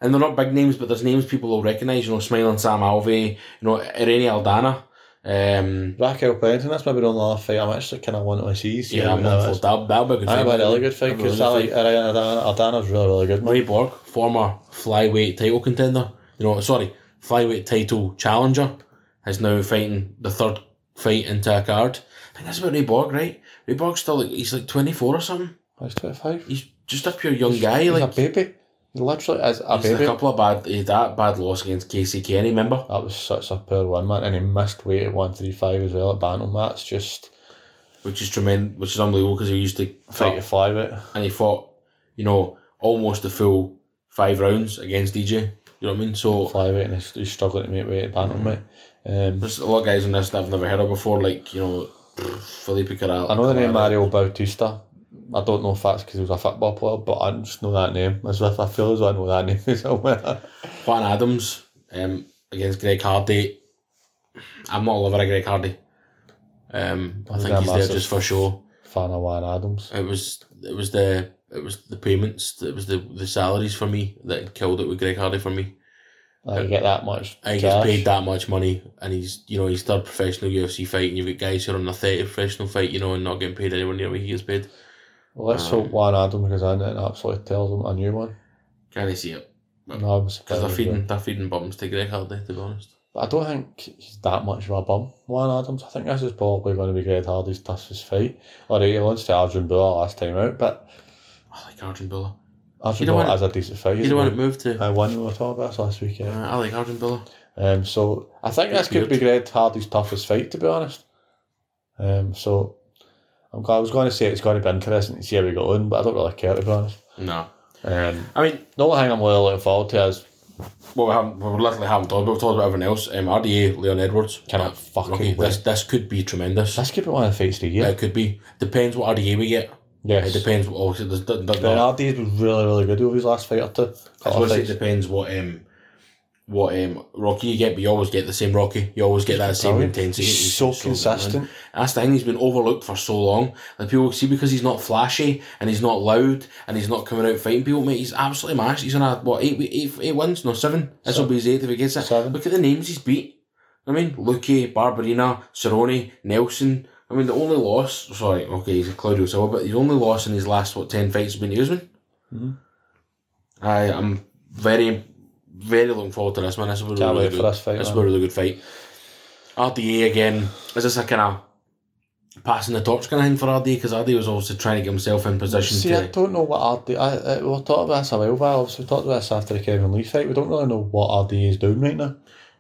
[SPEAKER 1] And they're not big names, but there's names people will recognise. You know, Smiling Sam Alvey, you know, Irene Aldana. Um,
[SPEAKER 2] Raquel Pennington. That's maybe the only other fight I'm actually kind of wanting to see. see
[SPEAKER 1] yeah,
[SPEAKER 2] how
[SPEAKER 1] I'm
[SPEAKER 2] that
[SPEAKER 1] on
[SPEAKER 2] is.
[SPEAKER 1] for that. That'll be a good
[SPEAKER 2] Aye,
[SPEAKER 1] fight.
[SPEAKER 2] but a really good fight
[SPEAKER 1] That'll be a
[SPEAKER 2] because I
[SPEAKER 1] really
[SPEAKER 2] like Ariana Aldana. Aldana's really really good. man.
[SPEAKER 1] Ray Borg, former flyweight title contender, you know, sorry, flyweight title challenger, is now fighting the third fight into a card. I think that's about Ray Borg, right? Ray Borg's still like he's like twenty four or something.
[SPEAKER 2] He's twenty five.
[SPEAKER 1] He's just a pure young guy,
[SPEAKER 2] He's
[SPEAKER 1] like
[SPEAKER 2] a baby. He literally is a
[SPEAKER 1] he's had a
[SPEAKER 2] baby.
[SPEAKER 1] couple of bad he had that bad loss against Casey Kenny, remember?
[SPEAKER 2] That was such a poor one, man. And he missed weight at one thirty five as well at bantam. That's just
[SPEAKER 1] Which is tremendous which is unbelievable because he used to
[SPEAKER 2] fight
[SPEAKER 1] fight
[SPEAKER 2] to fly with.
[SPEAKER 1] and he fought, you know, almost the full five rounds against DJ. You know what I mean? So
[SPEAKER 2] flyweight and he's, he's struggling to make weight at bantamweight. Um,
[SPEAKER 1] There's a lot of guys on this that I've never heard of before, like, you know, Felipe Corral.
[SPEAKER 2] I know the name Mario Bautista. I don't know if that's because he was a football player, but I just know that name. As if I feel as though I know that name somewhere.
[SPEAKER 1] Juan Adams um, against Greg Hardy. I'm not a lover of Greg Hardy. Um, I
[SPEAKER 2] He's
[SPEAKER 1] think
[SPEAKER 2] a
[SPEAKER 1] he's there
[SPEAKER 2] massive-
[SPEAKER 1] just for show.
[SPEAKER 2] Fan of Juan Adams.
[SPEAKER 1] It was it was the it was the payments, it was the, the salaries for me that killed it with Greg Hardy for me.
[SPEAKER 2] I get that much.
[SPEAKER 1] I
[SPEAKER 2] cash.
[SPEAKER 1] gets paid that much money and he's you know, he's third professional UFC fight and you've got guys who are on a thirty professional fight, you know, and not getting paid anywhere near what he gets paid.
[SPEAKER 2] Well, let's hope Juan Adams goes in and absolutely tells him a new one.
[SPEAKER 1] Can I see it?
[SPEAKER 2] No, I'm
[SPEAKER 1] Because
[SPEAKER 2] surprised.
[SPEAKER 1] they're
[SPEAKER 2] as
[SPEAKER 1] feeding they're feeding bums to Greg Hardy, to be honest.
[SPEAKER 2] well. I don't think he's that much of a bum, Juan Adams. I think this is probably going to be Greg Hardy's toughest fight. Alright, he launched to Arjun Buller last time out, but
[SPEAKER 1] I like Arjun Buller.
[SPEAKER 2] Arjun
[SPEAKER 1] don't
[SPEAKER 2] Buller
[SPEAKER 1] want-
[SPEAKER 2] has a decent fight.
[SPEAKER 1] You
[SPEAKER 2] isn't
[SPEAKER 1] don't want
[SPEAKER 2] he?
[SPEAKER 1] it moved to.
[SPEAKER 2] I won we were talking about this last week, yeah.
[SPEAKER 1] Uh, I like Arjun Buller.
[SPEAKER 2] Um, so I think this could be Greg Hardy's toughest fight, to be honest. Um, so I'm glad I was going to say it's going to be interesting to see how we go on, but I don't really care to be honest.
[SPEAKER 1] No.
[SPEAKER 2] Um,
[SPEAKER 1] I mean,
[SPEAKER 2] the only thing I'm really looking forward to is
[SPEAKER 1] well, we haven't, we literally haven't talked about, we've talked about everything else. Um, RDA, Leon Edwards.
[SPEAKER 2] Cannot fucking
[SPEAKER 1] Rocky.
[SPEAKER 2] wait.
[SPEAKER 1] This, this could be tremendous.
[SPEAKER 2] let's keep it one of the fights of the year.
[SPEAKER 1] It could be. Depends what RDA we get. It
[SPEAKER 2] yes,
[SPEAKER 1] depends what, obviously, there's, there's, there's,
[SPEAKER 2] Ben Hardy was really really good over his last fight or two.
[SPEAKER 1] I
[SPEAKER 2] Couple of
[SPEAKER 1] suppose it
[SPEAKER 2] fights.
[SPEAKER 1] depends what um what um Rocky you get, but you always get the same Rocky. You always get that same
[SPEAKER 2] Brilliant.
[SPEAKER 1] intensity.
[SPEAKER 2] He's
[SPEAKER 1] He's
[SPEAKER 2] so
[SPEAKER 1] good, man.
[SPEAKER 2] consistent.
[SPEAKER 1] That's the thing. He's been overlooked for so long. Like people see because he's not flashy and he's not loud and he's not coming out fighting people. Mate, he's absolutely mashed. He's on a what eight eight, eight wins? No seven. This will be his eighth if he gets it.
[SPEAKER 2] Seven.
[SPEAKER 1] Look at the names he's beat. I mean, Luque, Barbarina, Cerrone, Nelson. I mean, the only loss. Sorry, okay, he's Claudio Silva, but his only loss in his last what ten fights has been to Usman.
[SPEAKER 2] Mm-hmm.
[SPEAKER 1] I am very, very looking forward to this man. This will be
[SPEAKER 2] Can't
[SPEAKER 1] really
[SPEAKER 2] wait
[SPEAKER 1] good.
[SPEAKER 2] for this fight,
[SPEAKER 1] this
[SPEAKER 2] man.
[SPEAKER 1] will be a really good fight. RDA again. Is this a kind of passing the torch kind of thing for RDA? Because RDA was obviously trying to get himself in position
[SPEAKER 2] See, I
[SPEAKER 1] to.
[SPEAKER 2] don't know what RD. I, I, we were talking about this a while back. Obviously, we talked about this after the Kevin Lee fight. We don't really know what RD is doing right now.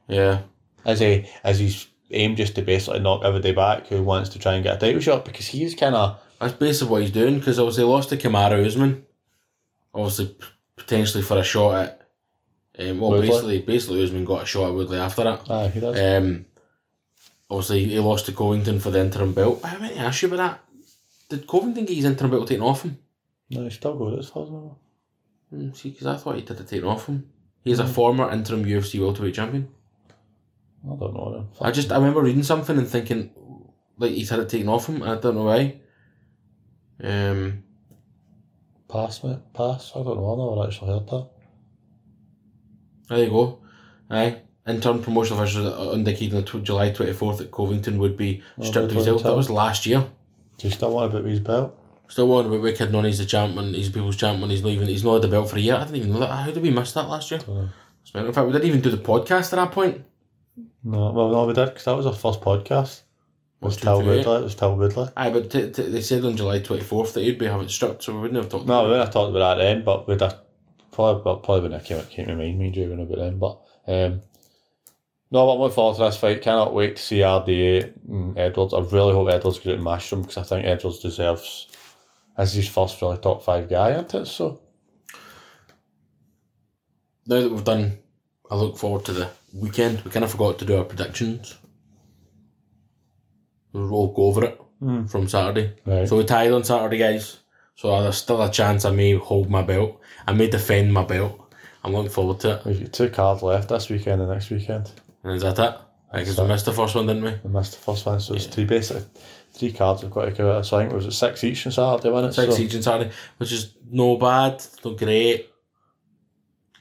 [SPEAKER 1] Yeah.
[SPEAKER 2] As a as his aim just to basically knock everybody back who wants to try and get a title shot because he's kind of
[SPEAKER 1] That's basically what he's doing because obviously he lost to Kamara Usman, obviously p- potentially for a shot at. Um, well,
[SPEAKER 2] Woodley.
[SPEAKER 1] basically, basically Usman got a shot at Woodley after that.
[SPEAKER 2] ah he does.
[SPEAKER 1] Um, obviously he lost to Covington for the interim belt. I meant to ask you about that. Did Covington get his interim belt taken off him?
[SPEAKER 2] no, he's still good. It's fun.
[SPEAKER 1] Mm, see, because I thought he did it taken off him. He's
[SPEAKER 2] Hmm.
[SPEAKER 1] a former interim UFC welterweight champion.
[SPEAKER 2] I don't know. Then.
[SPEAKER 1] I just I remember reading something and thinking, like he's had it taken off him. and I don't know why. Um,
[SPEAKER 2] Pass, mate. Pass. I don't know. I never actually heard that.
[SPEAKER 1] there you go. Aye. Interim promotional officials indicated on tw- July twenty fourth that Covington would be stripped of his
[SPEAKER 2] Covington.
[SPEAKER 1] belt. That was last year.
[SPEAKER 2] Do you still want to boot his belt?
[SPEAKER 1] Still wondering about wicked on. He's the champion. He's the people's champion. He's not even. He's not had the belt for a year. I didn't even know that. How did we miss that last year?
[SPEAKER 2] Dunno.
[SPEAKER 1] In fact, we didn't even do the podcast at that point.
[SPEAKER 2] No, well, no, we did because that was our first podcast. It was
[SPEAKER 1] Two,
[SPEAKER 2] Tal
[SPEAKER 1] three, eight.
[SPEAKER 2] Woodley. It was Tal Woodley.
[SPEAKER 1] Aye, but t- t- they said on July 24th that he'd be having it stripped, so we wouldn't have talked
[SPEAKER 2] No, we
[SPEAKER 1] about it.
[SPEAKER 2] would have talked about that then, but we'd have probably, but probably wouldn't have came, came to mind, me and Drew, about then. But um, no, but I'm looking forward to this fight. Cannot wait to see RDA and Edwards. I really hope Edwards gets it mashed him because I think Edwards deserves as his first really top five guy, isn't it? So
[SPEAKER 1] Now that we've done, I look forward to the weekend. We kind of forgot to do our predictions. We'll all go over it from Saturday.
[SPEAKER 2] Right.
[SPEAKER 1] So we tied on Saturday, guys. So uh, there's still a chance I may hold my belt. I may defend my belt. I'm looking forward to it.
[SPEAKER 2] we've got two cards left this weekend and next weekend.
[SPEAKER 1] And is that it? Because we missed the first one, didn't we?
[SPEAKER 2] We missed the first one, so it's three basically three cards we've got to go out. So I think it was at six each on Saturday, wasn't it?
[SPEAKER 1] Six
[SPEAKER 2] so,
[SPEAKER 1] each on Saturday, which is no bad, not great.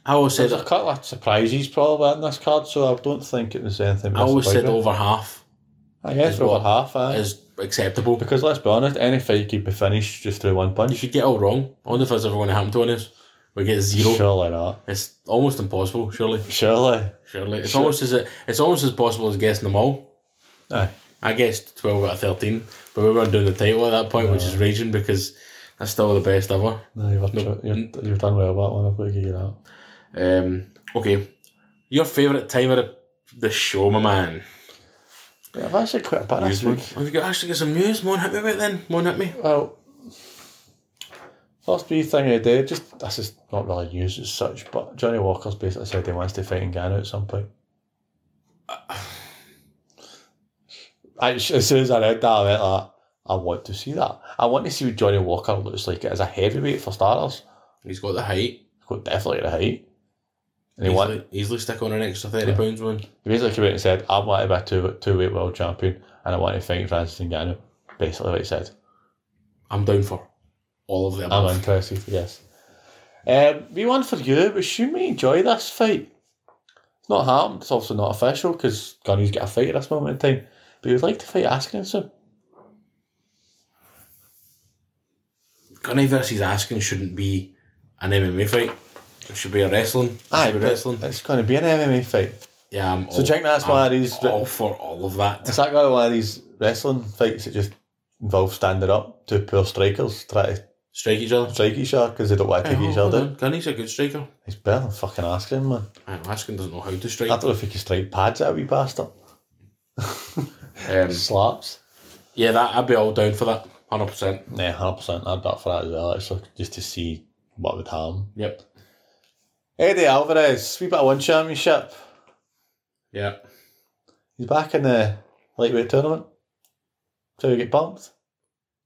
[SPEAKER 1] I always said
[SPEAKER 2] There's a couple of surprises probably in this card, so I don't think it was anything.
[SPEAKER 1] I always said
[SPEAKER 2] misleading.
[SPEAKER 1] over half
[SPEAKER 2] I guess
[SPEAKER 1] is
[SPEAKER 2] over
[SPEAKER 1] what-
[SPEAKER 2] half, aye.
[SPEAKER 1] is acceptable.
[SPEAKER 2] Because let's be honest, any fight could be finished just through one
[SPEAKER 1] You
[SPEAKER 2] punch.
[SPEAKER 1] should get all wrong. I wonder if that's ever going to happen to us. We get zero.
[SPEAKER 2] Surely not.
[SPEAKER 1] It's almost impossible, surely.
[SPEAKER 2] Surely.
[SPEAKER 1] Surely. It's almost as it's almost as possible as guessing them all.
[SPEAKER 2] Aye.
[SPEAKER 1] I guessed twelve out of thirteen, but we weren't doing the title at that point, which is raging because that's still the best ever.
[SPEAKER 2] No, you've, no. You've, you've done well with that one. I've got to give you that.
[SPEAKER 1] Um, okay. Your favourite time of the- the show, my man.
[SPEAKER 2] Yeah, I've actually quite a bit this
[SPEAKER 1] Have
[SPEAKER 2] week.
[SPEAKER 1] you got actually got some news? Mon hit me with it then. Mon hit me.
[SPEAKER 2] Well, first wee thing I did, just this is not really news as such, but Johnny Walker's basically said he wants to fight in Ghana at some point. I, as soon as I read that, I went like, I want to see that. I want to see what Johnny Walker looks like as a heavyweight for starters.
[SPEAKER 1] He's got the height.
[SPEAKER 2] He's got definitely the height. And he, want,
[SPEAKER 1] Easily, easily stick on an extra thirty
[SPEAKER 2] Yeah.
[SPEAKER 1] pounds one.
[SPEAKER 2] he basically came out and said, I want to be a two, two weight world champion and I want to fight Francis Ngannou. Basically what he said.
[SPEAKER 1] I'm down for all of the
[SPEAKER 2] I'm
[SPEAKER 1] above.
[SPEAKER 2] interested, yes. Um, we one for you, but should we enjoy this fight? It's not happened, it's also not official because Gunny's got a fight at this moment in time. But you'd like to fight Askinson?
[SPEAKER 1] Gunny versus Askin shouldn't be an MMA fight. It should be a wrestling. It should be
[SPEAKER 2] but
[SPEAKER 1] wrestling. Oh, ah,
[SPEAKER 2] It's going to be an MMA fight.
[SPEAKER 1] Yeah, I'm
[SPEAKER 2] So,
[SPEAKER 1] all,
[SPEAKER 2] Jack, that's
[SPEAKER 1] I'm
[SPEAKER 2] why he's.
[SPEAKER 1] all for all of that.
[SPEAKER 2] Is that going to be one of these wrestling fights that just involve standing up? Two poor strikers try to
[SPEAKER 1] Strike each other.
[SPEAKER 2] strike each other because they don't want to
[SPEAKER 1] Hey,
[SPEAKER 2] take each
[SPEAKER 1] hold
[SPEAKER 2] other
[SPEAKER 1] on.
[SPEAKER 2] down.
[SPEAKER 1] Gunny's a good striker.
[SPEAKER 2] He's better than fucking Askin, man.
[SPEAKER 1] Aye, well, Askin doesn't know how to
[SPEAKER 2] I
[SPEAKER 1] strike.
[SPEAKER 2] don't know if he can strike pads at a wee bastard.
[SPEAKER 1] Um,
[SPEAKER 2] Slaps.
[SPEAKER 1] yeah, that I'd be all down for that. Hundred percent.
[SPEAKER 2] Yeah, hundred percent. I'd bet for that as well. Actually, just to see What would harm?
[SPEAKER 1] Yep.
[SPEAKER 2] Eddie Alvarez, wee bit of one championship.
[SPEAKER 1] Yeah.
[SPEAKER 2] He's back in the lightweight tournament. So he get pumped.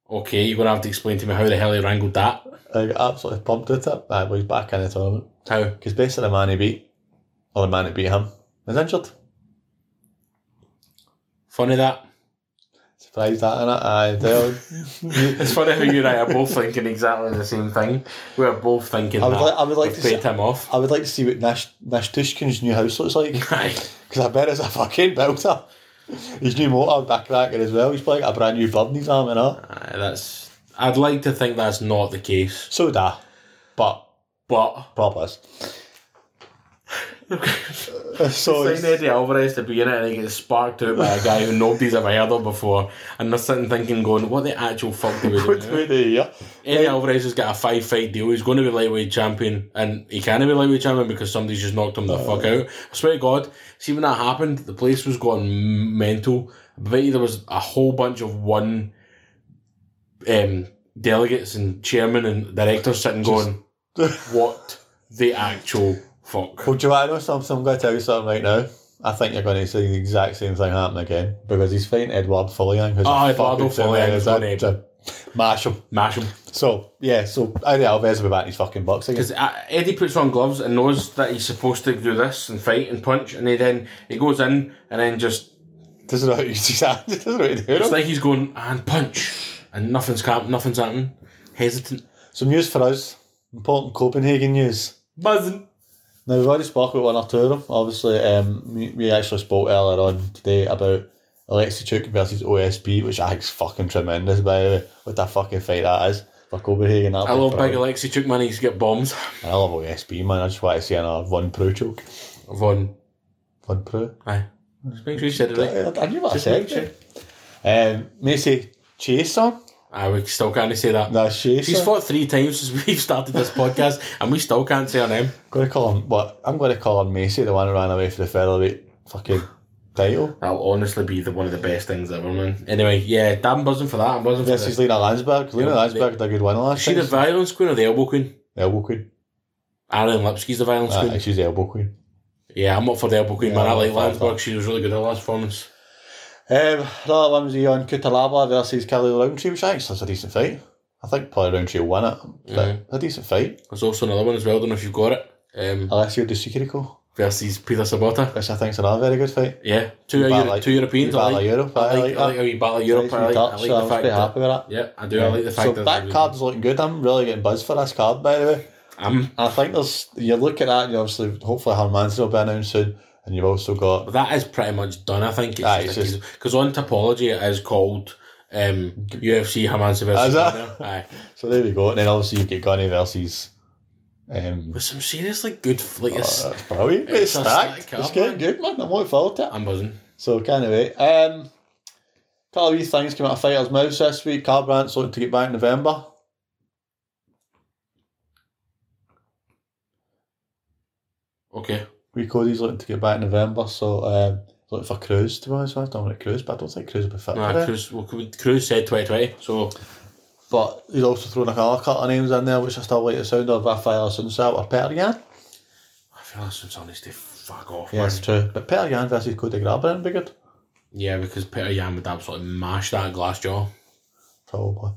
[SPEAKER 1] Okay, you're gonna have to explain to me how the hell he wrangled that.
[SPEAKER 2] I Uh, got absolutely pumped at it. Uh, well, he's back in the tournament.
[SPEAKER 1] How?
[SPEAKER 2] Because basically the man he beat, or the man that beat him, was injured.
[SPEAKER 1] Funny that.
[SPEAKER 2] Surprised that, innit? Aye, tell.
[SPEAKER 1] It's funny how you and I are both thinking exactly the same thing. We're both thinking
[SPEAKER 2] I would
[SPEAKER 1] that.
[SPEAKER 2] like, I would like
[SPEAKER 1] We've
[SPEAKER 2] to
[SPEAKER 1] paid
[SPEAKER 2] see,
[SPEAKER 1] him off.
[SPEAKER 2] I would like to see what Nash, Nash Tushkin's new house looks like.
[SPEAKER 1] Aye.
[SPEAKER 2] Because I bet it's a fucking belter. His new motor back cracker as well. He's like a brand new bird in his arm and all.
[SPEAKER 1] Aye, that's. I'd like to think that's not the case,
[SPEAKER 2] So would I. But
[SPEAKER 1] but
[SPEAKER 2] probably is. so
[SPEAKER 1] Signed
[SPEAKER 2] it's-
[SPEAKER 1] Eddie Alvarez to be in it and he gets sparked out by a guy who nobody's ever heard of before and they're sitting thinking going what the actual fuck do we
[SPEAKER 2] what
[SPEAKER 1] do now?"
[SPEAKER 2] do we do here?
[SPEAKER 1] Eddie Alvarez has got a five fight deal he's going to be lightweight champion and he can't be lightweight champion because somebody's just knocked him the fuck out I swear to god see when that happened the place was going mental I bet you there was a whole bunch of one um, delegates and chairman and directors sitting going what the actual fuck
[SPEAKER 2] Well, do you want to know something? I'm going to tell you something right now. I think you're going to see the exact same thing happen again because he's fighting Edward Folliang. who's a
[SPEAKER 1] Ah, Eduardo
[SPEAKER 2] fucking
[SPEAKER 1] Folliang is
[SPEAKER 2] terrorist.
[SPEAKER 1] no name.
[SPEAKER 2] To Mash him.
[SPEAKER 1] mash him
[SPEAKER 2] So, yeah, so Eddie Alvarez will be back in his fucking box again.
[SPEAKER 1] Because uh, Eddie puts on gloves and knows that he's supposed to do this and fight and punch, and he then he goes in and then just
[SPEAKER 2] Doesn't know how to use his hands. Doesn't know how to do
[SPEAKER 1] it's
[SPEAKER 2] it.
[SPEAKER 1] like he's going and punch and nothing's cap, nothing's happening. Hesitant,
[SPEAKER 2] Some news for us. Important Copenhagen news.
[SPEAKER 1] buzzing.
[SPEAKER 2] Now, we've already spoke about one or two of them. Obviously, um, we, we actually spoke earlier on today about Alexi Chuk versus OSP, which I think is fucking tremendous, by the way. What a fucking fight that is for Copenhagen.
[SPEAKER 1] I love Big Alexi took money to get bombs.
[SPEAKER 2] I love OSB, man. I just want to see another Von Pro joke.
[SPEAKER 1] Von,
[SPEAKER 2] Von Pro.
[SPEAKER 1] aye. Just make sure you said it right.
[SPEAKER 2] I, I knew what I
[SPEAKER 1] Just
[SPEAKER 2] said.
[SPEAKER 1] make sure.
[SPEAKER 2] Um, Macy Chason?
[SPEAKER 1] Aye, we still can't say that.
[SPEAKER 2] No, Chason.
[SPEAKER 1] She's fought three times since we've started this podcast, and we still can't say her name.
[SPEAKER 2] going to call him, what? I'm going to call him Macy, the one who ran away for the featherweight fucking title.
[SPEAKER 1] That'll honestly be the one of the best things ever, man. Anyway, yeah, damn buzzing for that. I'm buzzing for
[SPEAKER 2] This
[SPEAKER 1] this.
[SPEAKER 2] is Lena Landsberg. Lena Landsberg did a good one
[SPEAKER 1] Is
[SPEAKER 2] last
[SPEAKER 1] she the
[SPEAKER 2] time.
[SPEAKER 1] violence queen or the elbow queen?
[SPEAKER 2] Elbow Queen.
[SPEAKER 1] Aaron Lipsky's the violence queen.
[SPEAKER 2] Aye, she's the Elbow Queen.
[SPEAKER 1] Yeah, I'm up for the elbow queen, man. I
[SPEAKER 2] I'm
[SPEAKER 1] like
[SPEAKER 2] up for
[SPEAKER 1] Landsberg. She was really good at the last performance.
[SPEAKER 2] Um, another one was Ion Kutalaba versus Kelly Roundtree, which I think is a decent fight. I think probably Roundtree will win it, but
[SPEAKER 1] Mhm.
[SPEAKER 2] a decent fight.
[SPEAKER 1] There's also another one as well. I don't know if you've got it. Um,
[SPEAKER 2] Alessio De Securico,
[SPEAKER 1] versus Peter Sabota.
[SPEAKER 2] which I think is another very good fight.
[SPEAKER 1] Yeah, two
[SPEAKER 2] You
[SPEAKER 1] Euro-
[SPEAKER 2] battle-
[SPEAKER 1] two Europeans.
[SPEAKER 2] you
[SPEAKER 1] I
[SPEAKER 2] battle
[SPEAKER 1] like.
[SPEAKER 2] Europe,
[SPEAKER 1] I
[SPEAKER 2] I
[SPEAKER 1] like.
[SPEAKER 2] like
[SPEAKER 1] I like how you battle Europe.
[SPEAKER 2] Nice
[SPEAKER 1] I like, I
[SPEAKER 2] touch,
[SPEAKER 1] like
[SPEAKER 2] so I
[SPEAKER 1] the
[SPEAKER 2] was
[SPEAKER 1] fact
[SPEAKER 2] pretty
[SPEAKER 1] that.
[SPEAKER 2] happy with that.
[SPEAKER 1] Yeah, I do. I like the fact
[SPEAKER 2] so
[SPEAKER 1] that.
[SPEAKER 2] that
[SPEAKER 1] they're-
[SPEAKER 2] card's looking good. I'm really getting buzzed for this card, by the way.
[SPEAKER 1] Um,
[SPEAKER 2] And I think there's you look at that, and you obviously hopefully Hermanson will be announced soon, and you've also got
[SPEAKER 1] but that is pretty much done. I think
[SPEAKER 2] Aye,
[SPEAKER 1] it's
[SPEAKER 2] it's
[SPEAKER 1] just because on topology it is called um, UFC Hamansa
[SPEAKER 2] Is
[SPEAKER 1] versus.
[SPEAKER 2] that?
[SPEAKER 1] Gunner. Aye,
[SPEAKER 2] so there we go, and then obviously you get Gunny versus. Um,
[SPEAKER 1] with some seriously good f- like. it's-
[SPEAKER 2] uh, brilliant, mate,
[SPEAKER 1] it's
[SPEAKER 2] it's
[SPEAKER 1] a
[SPEAKER 2] stacked.
[SPEAKER 1] stacked
[SPEAKER 2] it's
[SPEAKER 1] card,
[SPEAKER 2] getting
[SPEAKER 1] man.
[SPEAKER 2] good, man. I'm looking forward to it.
[SPEAKER 1] I'm buzzing.
[SPEAKER 2] So can't wait. Um, couple of wee things came out of fighters' mouths this week. Carl Brandt's looking to get back in November.
[SPEAKER 1] Okay.
[SPEAKER 2] We Cody's looking to get back in November, so um, looking for Cruz to be honest. with you. I don't want Cruz, but I don't think Cruz will be fit. for
[SPEAKER 1] Nah,
[SPEAKER 2] it.
[SPEAKER 1] Cruz, well, Cruz said 2020, so
[SPEAKER 2] But he's also thrown a couple of names in there, which I still like the sound of. Rafael Sunsal or Peter Yan.
[SPEAKER 1] I feel that's some honesty. Fuck off.
[SPEAKER 2] Yeah,
[SPEAKER 1] man.
[SPEAKER 2] it's true. But Peter Yan versus Cody Grabber would be good.
[SPEAKER 1] Yeah, because Peter Yan would absolutely mash that glass jaw.
[SPEAKER 2] Probably.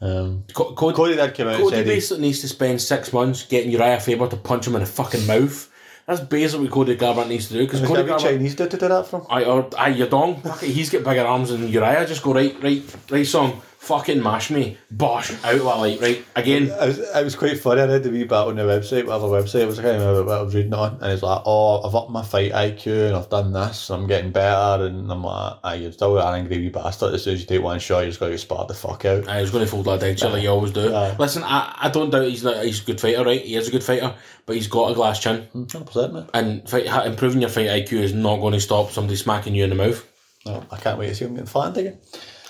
[SPEAKER 2] Um,
[SPEAKER 1] Co- Cody,
[SPEAKER 2] Cody did come out and
[SPEAKER 1] Cody
[SPEAKER 2] said he,
[SPEAKER 1] basically needs to spend six months getting Uriah Faber to punch him in the fucking mouth. That's basically what Cody Garbrandt needs to do. Because
[SPEAKER 2] Is
[SPEAKER 1] Cody
[SPEAKER 2] that what
[SPEAKER 1] Garbrandt,
[SPEAKER 2] Chinese dude to do that from?
[SPEAKER 1] I or I your dong. Fuck it, he's got bigger arms than Uriah. Just go right, right, right, song. Fucking mash me, bosh out that light, right again.
[SPEAKER 2] It was, it was quite funny. I read the wee bit on the website, whatever website it was. I can't remember what I was reading it on, and it's like, "Oh, I've upped my fight IQ and I've done this, and I'm getting better." And I'm like, "Ah, you're still an angry wee bastard. As soon as you take one shot, you're just going to get sparred the fuck out."
[SPEAKER 1] I was going to fold that down, so like you always do.
[SPEAKER 2] Aye.
[SPEAKER 1] Listen, I, I don't doubt he's not, he's a good fighter, right? He is a good fighter, but he's got a glass chin,
[SPEAKER 2] Hundred Mm, percent, man.
[SPEAKER 1] and fight, ha- improving your fight IQ is not going to stop somebody smacking you in the mouth.
[SPEAKER 2] No, I can't wait to see him getting flattened again.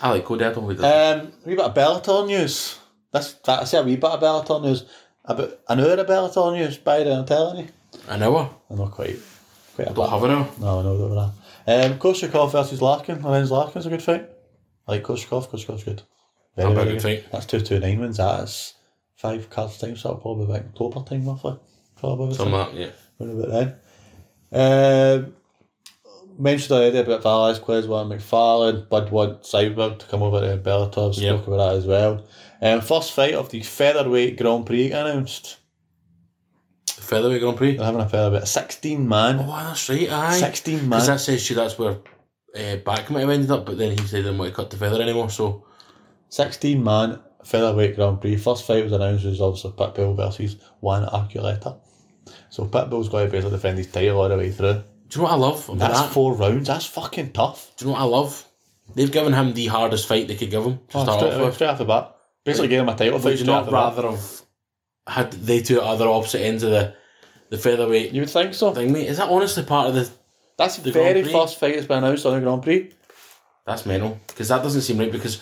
[SPEAKER 1] I like Cody. I don't like that.
[SPEAKER 2] Um, a wee bit of Bellator news. That's that. I say a wee bit of Bellator news. About an hour of Bellator news. By the way, I'm telling you,
[SPEAKER 1] Uh, an hour.
[SPEAKER 2] I'm not quite. Quite a
[SPEAKER 1] Don't have an hour.
[SPEAKER 2] No, no, don't know. Um, Koshikov versus Larkin. I think Larkin's a good fight. I like Koshikov. Koshkov's good. Very,
[SPEAKER 1] That'd be a
[SPEAKER 2] very
[SPEAKER 1] good
[SPEAKER 2] That's two two nine wins. That's five cards time, so that'll probably be October time roughly. Probably.
[SPEAKER 1] Something like that, yeah.
[SPEAKER 2] around about then. Um, mentioned already about Valaz quiz one McFarlane, Bud want Cyber to come over to Bellator, spoke
[SPEAKER 1] Yep.
[SPEAKER 2] about that as well. Um, first fight of the Featherweight Grand Prix announced.
[SPEAKER 1] The Featherweight Grand Prix.
[SPEAKER 2] They're having a featherweight, 16 man.
[SPEAKER 1] Oh, wow, that's right, aye.
[SPEAKER 2] 16
[SPEAKER 1] Because
[SPEAKER 2] man.
[SPEAKER 1] that says to you that's where uh, Back might have ended up, but then he said he didn't want to cut the feather anymore, so
[SPEAKER 2] 16 man Featherweight Grand Prix. First fight was announced was obviously Pitbull versus Juan Arculeta. So Pitbull's got to basically defend his title all the way through.
[SPEAKER 1] do you know what I love about
[SPEAKER 2] That's
[SPEAKER 1] that?
[SPEAKER 2] four rounds. That's fucking tough.
[SPEAKER 1] do you know what I love? They've given him the hardest fight they could give him to
[SPEAKER 2] Oh,
[SPEAKER 1] start
[SPEAKER 2] straight,
[SPEAKER 1] off
[SPEAKER 2] away-
[SPEAKER 1] with.
[SPEAKER 2] straight off the bat. Basically, gave him a title fight
[SPEAKER 1] Would you
[SPEAKER 2] straight off
[SPEAKER 1] not
[SPEAKER 2] the bat.
[SPEAKER 1] rather have had they two at other opposite ends of the, the featherweight
[SPEAKER 2] You would think so.
[SPEAKER 1] thing, mate? Is that honestly part of the.
[SPEAKER 2] That's the
[SPEAKER 1] Grand
[SPEAKER 2] very
[SPEAKER 1] Prix.
[SPEAKER 2] first fight that's been announced on the Grand Prix.
[SPEAKER 1] That's mental. Because that doesn't seem right, because.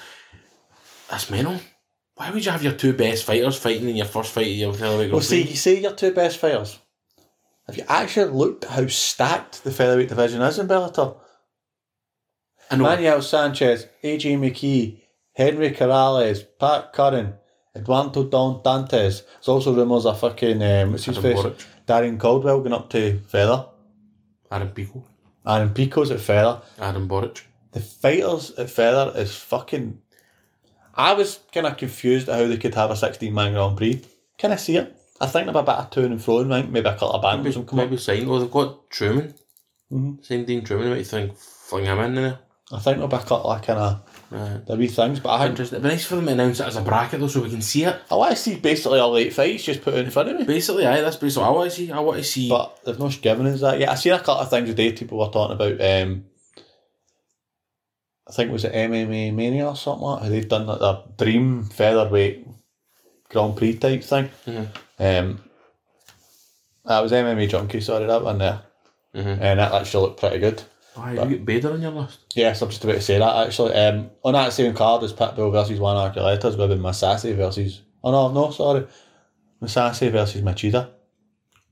[SPEAKER 1] That's mental. Why would you have your two best fighters fighting in your first fight of your featherweight
[SPEAKER 2] Well,
[SPEAKER 1] Grand
[SPEAKER 2] see,
[SPEAKER 1] Prix?
[SPEAKER 2] you see your two best fighters. Have you actually looked at how stacked the featherweight division is in Bellator?
[SPEAKER 1] I know.
[SPEAKER 2] Manuel Sanchez, AJ McKee, Henry Corrales, Pat Curran, Eduardo Don Dantes. There's also rumours of fucking, um, what's his
[SPEAKER 1] Adam
[SPEAKER 2] face?
[SPEAKER 1] Boric.
[SPEAKER 2] Darren Caldwell going up to Feather.
[SPEAKER 1] Adam Pico.
[SPEAKER 2] Aaron Pico's at Feather.
[SPEAKER 1] Adam Boric.
[SPEAKER 2] The fighters at Feather is fucking. I was kind of confused at how they could have a 16 man Grand Prix. Can I see it? I think they'll be a bit of to and fro, like, maybe a couple of
[SPEAKER 1] Maybe,
[SPEAKER 2] bands will come up.
[SPEAKER 1] maybe sign. Oh, they've got Truman.
[SPEAKER 2] Mhm.
[SPEAKER 1] Same Dean Truman. They might think, fling him in there.
[SPEAKER 2] I think there'll be a couple of kind of
[SPEAKER 1] Right.
[SPEAKER 2] the wee things, but I,
[SPEAKER 1] Interesting. It'd be nice for them to announce it as a bracket, though, so we can see it.
[SPEAKER 2] I want to see basically all eight fights just put in front of me.
[SPEAKER 1] Basically, aye, that's basically what I want to see. I want to see.
[SPEAKER 2] But they've not given us that yet. I seen a couple of things today people were talking about. Um, I think it was it MMA Mania or something like that. They've done like their dream featherweight Grand Prix type thing.
[SPEAKER 1] Mhm.
[SPEAKER 2] Um, that was MMA Junkie, sorry, that one there.
[SPEAKER 1] Mhm.
[SPEAKER 2] And that actually looked pretty good.
[SPEAKER 1] Oh, aye, have you got Bader on your list?
[SPEAKER 2] Yes, I'm just about to say that actually. Um, on that same card was Pitbull versus Juan Archuleta, it's been Masasi versus. Oh no, no, sorry. Masasi versus Machida.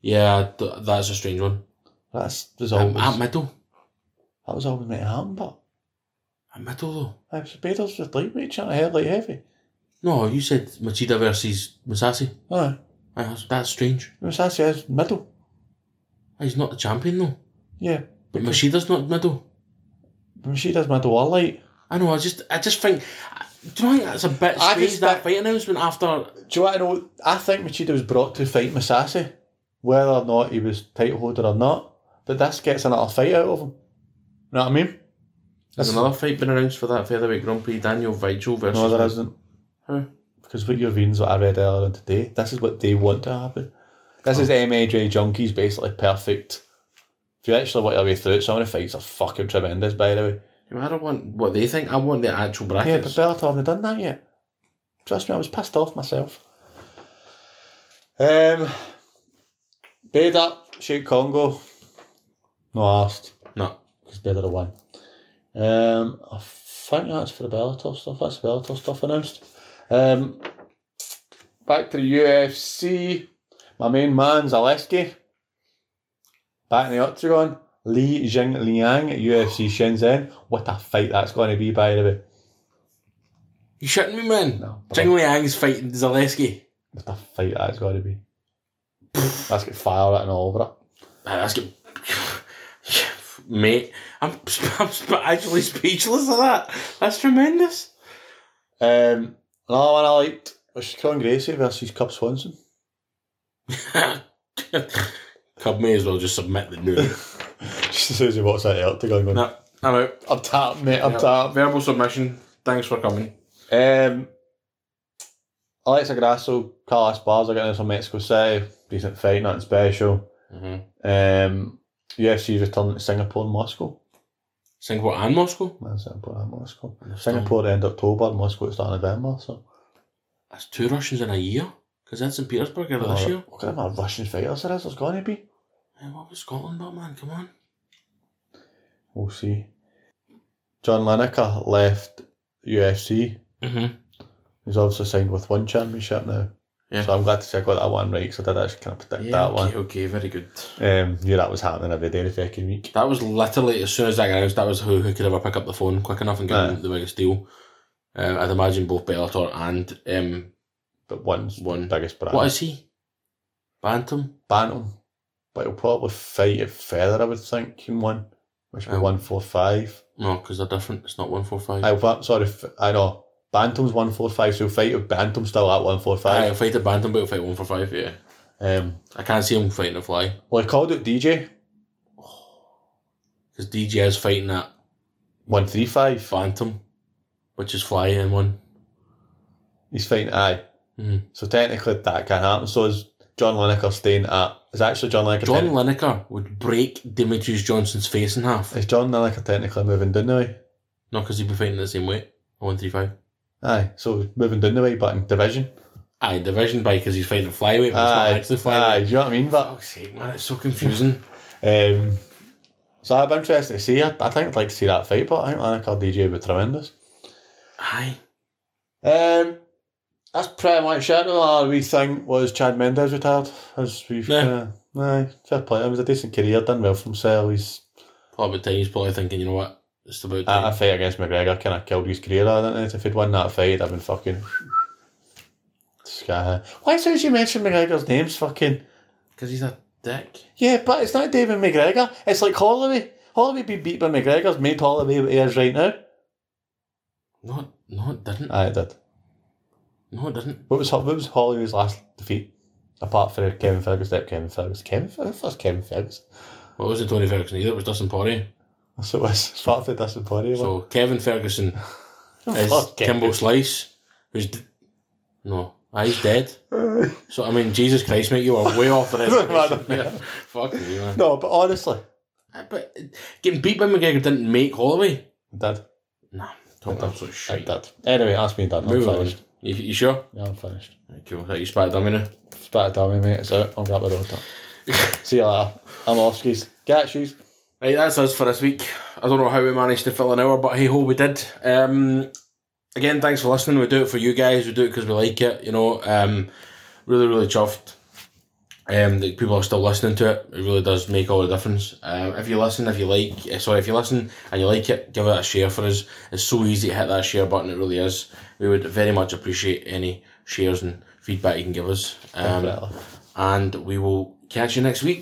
[SPEAKER 1] Yeah, th- that's a strange one.
[SPEAKER 2] That's was
[SPEAKER 1] Um,
[SPEAKER 2] always,
[SPEAKER 1] at middle.
[SPEAKER 2] that was always meant to happen, but
[SPEAKER 1] At middle, though.
[SPEAKER 2] I was Bader's with lightweight trying to head like heavy.
[SPEAKER 1] No, you said Machida versus Masasi.
[SPEAKER 2] Aye,
[SPEAKER 1] Aye, that's, that's strange.
[SPEAKER 2] Masasi is middle.
[SPEAKER 1] Aye, He's not the champion, though.
[SPEAKER 2] Yeah,
[SPEAKER 1] But Machida's not middle.
[SPEAKER 2] Mashida's middle or light.
[SPEAKER 1] I know, I just I just think. I- Do you think that's a bit
[SPEAKER 2] I
[SPEAKER 1] strange,
[SPEAKER 2] just
[SPEAKER 1] that
[SPEAKER 2] think-
[SPEAKER 1] fight announcement after.
[SPEAKER 2] Do you want to know? I think Machida was brought to fight Masasi, whether or not he was title holder or not. But this gets another fight out of him. Know what I mean?
[SPEAKER 1] There's
[SPEAKER 2] That's-
[SPEAKER 1] another fight been announced for that featherweight Grand Prix, Daniel Vigel versus.
[SPEAKER 2] No, there isn't.
[SPEAKER 1] Huh?
[SPEAKER 2] Because what you're reading is what I read earlier on today. This is what they want to happen. This is MAJ Junkies basically perfect. If you actually work your way through it, some of the fights are fucking tremendous, by the way.
[SPEAKER 1] I don't want what they think, I want the actual
[SPEAKER 2] Yeah,
[SPEAKER 1] brackets.
[SPEAKER 2] but Bellator haven't done that yet. Trust me, I was pissed off myself. Um, Bader, shoot Congo. No asked,
[SPEAKER 1] no.
[SPEAKER 2] because Bader won. Um, I think that's for the Bellator stuff. That's the Bellator stuff announced. Um, back to the UFC. My main man Zaleski. Back in the octagon. Li Jing Liang at UFC Shenzhen. What a fight that's going to be, by the way.
[SPEAKER 1] You shitting me, man?
[SPEAKER 2] No,
[SPEAKER 1] Jing Liang's fighting Zaleski.
[SPEAKER 2] What a fight that's got to be. That's got fire written all over it.
[SPEAKER 1] Ah, That's good. Mate, I'm, I'm sp- actually speechless at that. That's tremendous.
[SPEAKER 2] Um, another one I liked was Sean Gracie versus Cub Swanson.
[SPEAKER 1] Cub may as well just submit the new.
[SPEAKER 2] Just as soon as he walks out the octagon going,
[SPEAKER 1] no, I'm out.
[SPEAKER 2] I'm tapped, mate, I'm
[SPEAKER 1] Yeah.
[SPEAKER 2] tapped.
[SPEAKER 1] Verbal submission. Thanks for coming.
[SPEAKER 2] Um, Alexa Grasso, Carlos Barza getting this from Mexico City. Decent fight, nothing special.
[SPEAKER 1] Mm-hmm.
[SPEAKER 2] Um, UFC returning to Singapore and Moscow.
[SPEAKER 1] Singapore and Moscow.
[SPEAKER 2] Man, Singapore and Moscow. Singapore end October, Moscow at the start of November. So.
[SPEAKER 1] That's two Russians in a year. Because that's in Petersburg earlier this
[SPEAKER 2] Oh,
[SPEAKER 1] year.
[SPEAKER 2] Look at my Russian fighters there is, there's going to be.
[SPEAKER 1] Hey, what was Scotland about, man? Come on.
[SPEAKER 2] We'll see. John Lineker left UFC.
[SPEAKER 1] Mm-hmm.
[SPEAKER 2] He's obviously signed with one championship now.
[SPEAKER 1] Yeah.
[SPEAKER 2] So I'm glad to see I got that one right because I did actually kind of predict
[SPEAKER 1] Yeah,
[SPEAKER 2] that
[SPEAKER 1] okay,
[SPEAKER 2] one.
[SPEAKER 1] okay, very good.
[SPEAKER 2] Um, knew that was happening every day, every fucking week.
[SPEAKER 1] That was literally as soon as that got announced, that was who, who could ever pick up the phone quick enough and get
[SPEAKER 2] Aye.
[SPEAKER 1] them the biggest deal. Uh, I'd imagine both Bellator and um,
[SPEAKER 2] but one's
[SPEAKER 1] One.
[SPEAKER 2] biggest brand.
[SPEAKER 1] What is he? Bantam?
[SPEAKER 2] Bantam, but he'll probably fight at Feather, I would think, in one, which would be
[SPEAKER 1] Oh.
[SPEAKER 2] 145.
[SPEAKER 1] No, because they're different. It's not 145.
[SPEAKER 2] I, fa- sorry, f- I know. Bantam's 145, so he'll fight at Bantam still at
[SPEAKER 1] Aye,
[SPEAKER 2] 145.
[SPEAKER 1] I'll fight a Bantam, but I'll fight 145, yeah.
[SPEAKER 2] Um,
[SPEAKER 1] I can't see him fighting a fly.
[SPEAKER 2] well, I called out DJ,
[SPEAKER 1] Because DJ is fighting that
[SPEAKER 2] 135.
[SPEAKER 1] Phantom, which is fly in one.
[SPEAKER 2] He's fighting aye.
[SPEAKER 1] Mhm.
[SPEAKER 2] So technically that can happen. So is John Lineker staying at. Is actually John Lineker.
[SPEAKER 1] John
[SPEAKER 2] techni-
[SPEAKER 1] Lineker would break Demetrius Johnson's face in half.
[SPEAKER 2] is John Lineker technically moving down now?
[SPEAKER 1] No, because he'd be fighting the same weight. 135.
[SPEAKER 2] Aye. So moving down the way, but in division.
[SPEAKER 1] Aye, division by because he's fighting flyweight, but it's
[SPEAKER 2] Aye.
[SPEAKER 1] not actually
[SPEAKER 2] Aye.
[SPEAKER 1] flyweight.
[SPEAKER 2] Do you know what I mean? But
[SPEAKER 1] Fuck's sake, man, it's so confusing.
[SPEAKER 2] Um, so I'd be interested to see. I, I think I'd like to see that fight, but I think Lineker DJ would be tremendous.
[SPEAKER 1] Aye.
[SPEAKER 2] Um, that's pretty much it. The other wee thing was Chad Mendes retired. As we've,
[SPEAKER 1] Yeah.
[SPEAKER 2] uh, aye, fair play. It was a decent career, done well for himself. He's
[SPEAKER 1] Probably time he's probably thinking, you know what? It's about
[SPEAKER 2] that
[SPEAKER 1] time.
[SPEAKER 2] a fight against McGregor kind of killed his career. I don't know if he'd won that fight, I've been fucking. sky high. Why as soon as you mention McGregor's name's fucking
[SPEAKER 1] Because he's a dick.
[SPEAKER 2] yeah, but it's not David McGregor. It's like Holloway. Holloway be beat by McGregor's made Holloway what he is right now.
[SPEAKER 1] No, no, it didn't.
[SPEAKER 2] Aye, it did.
[SPEAKER 1] No, it didn't.
[SPEAKER 2] What was Ho- what was Holloway's last defeat? Apart from Kevin Ferguson, step Kevin Ferguson, Kevin Ferguson, first Kevin Ferguson.
[SPEAKER 1] Well, it wasn't Tony Ferguson either, it was Dustin Poirier.
[SPEAKER 2] That's what it was. It's part of the disappointing one.
[SPEAKER 1] So, Kevin Ferguson is
[SPEAKER 2] Fuck
[SPEAKER 1] Kimbo Slice, who's. D- no, ah, he's dead.
[SPEAKER 2] Kevin.
[SPEAKER 1] So, I mean, Jesus Christ, mate, you are way off the
[SPEAKER 2] Doesn't matter,
[SPEAKER 1] reservation. Fuck you, man.
[SPEAKER 2] no, but honestly,
[SPEAKER 1] Ah, But getting beat by McGregor didn't make Holloway.
[SPEAKER 2] Dad,
[SPEAKER 1] Nah, talking absolute shit.
[SPEAKER 2] Dad. Anyway, ask me, Dad. I'm
[SPEAKER 1] Move on.
[SPEAKER 2] finished.
[SPEAKER 1] You, you sure?
[SPEAKER 2] Yeah, I'm finished.
[SPEAKER 1] Right, cool. Right, you spat dummy now.
[SPEAKER 2] It's better dummy, mate. It's out. I'm grabbing the road. See you later. I'm off skis. Get shoes.
[SPEAKER 1] Right, that's us for this week. I don't know how we managed to fill an hour, but hey ho, we did. Um, again, thanks for listening. We do it for you guys. We do it because we like it. You know, um, really, really chuffed. Um, that people are still listening to it. It really does make all the difference. Um, if you listen, if you like, eh, sorry, if you listen and you like it, give it a share for us. It's so easy to hit that share button. It really is. We would very much appreciate any shares and feedback you can give us. Um,
[SPEAKER 2] Umbrella.
[SPEAKER 1] and we will catch you next week.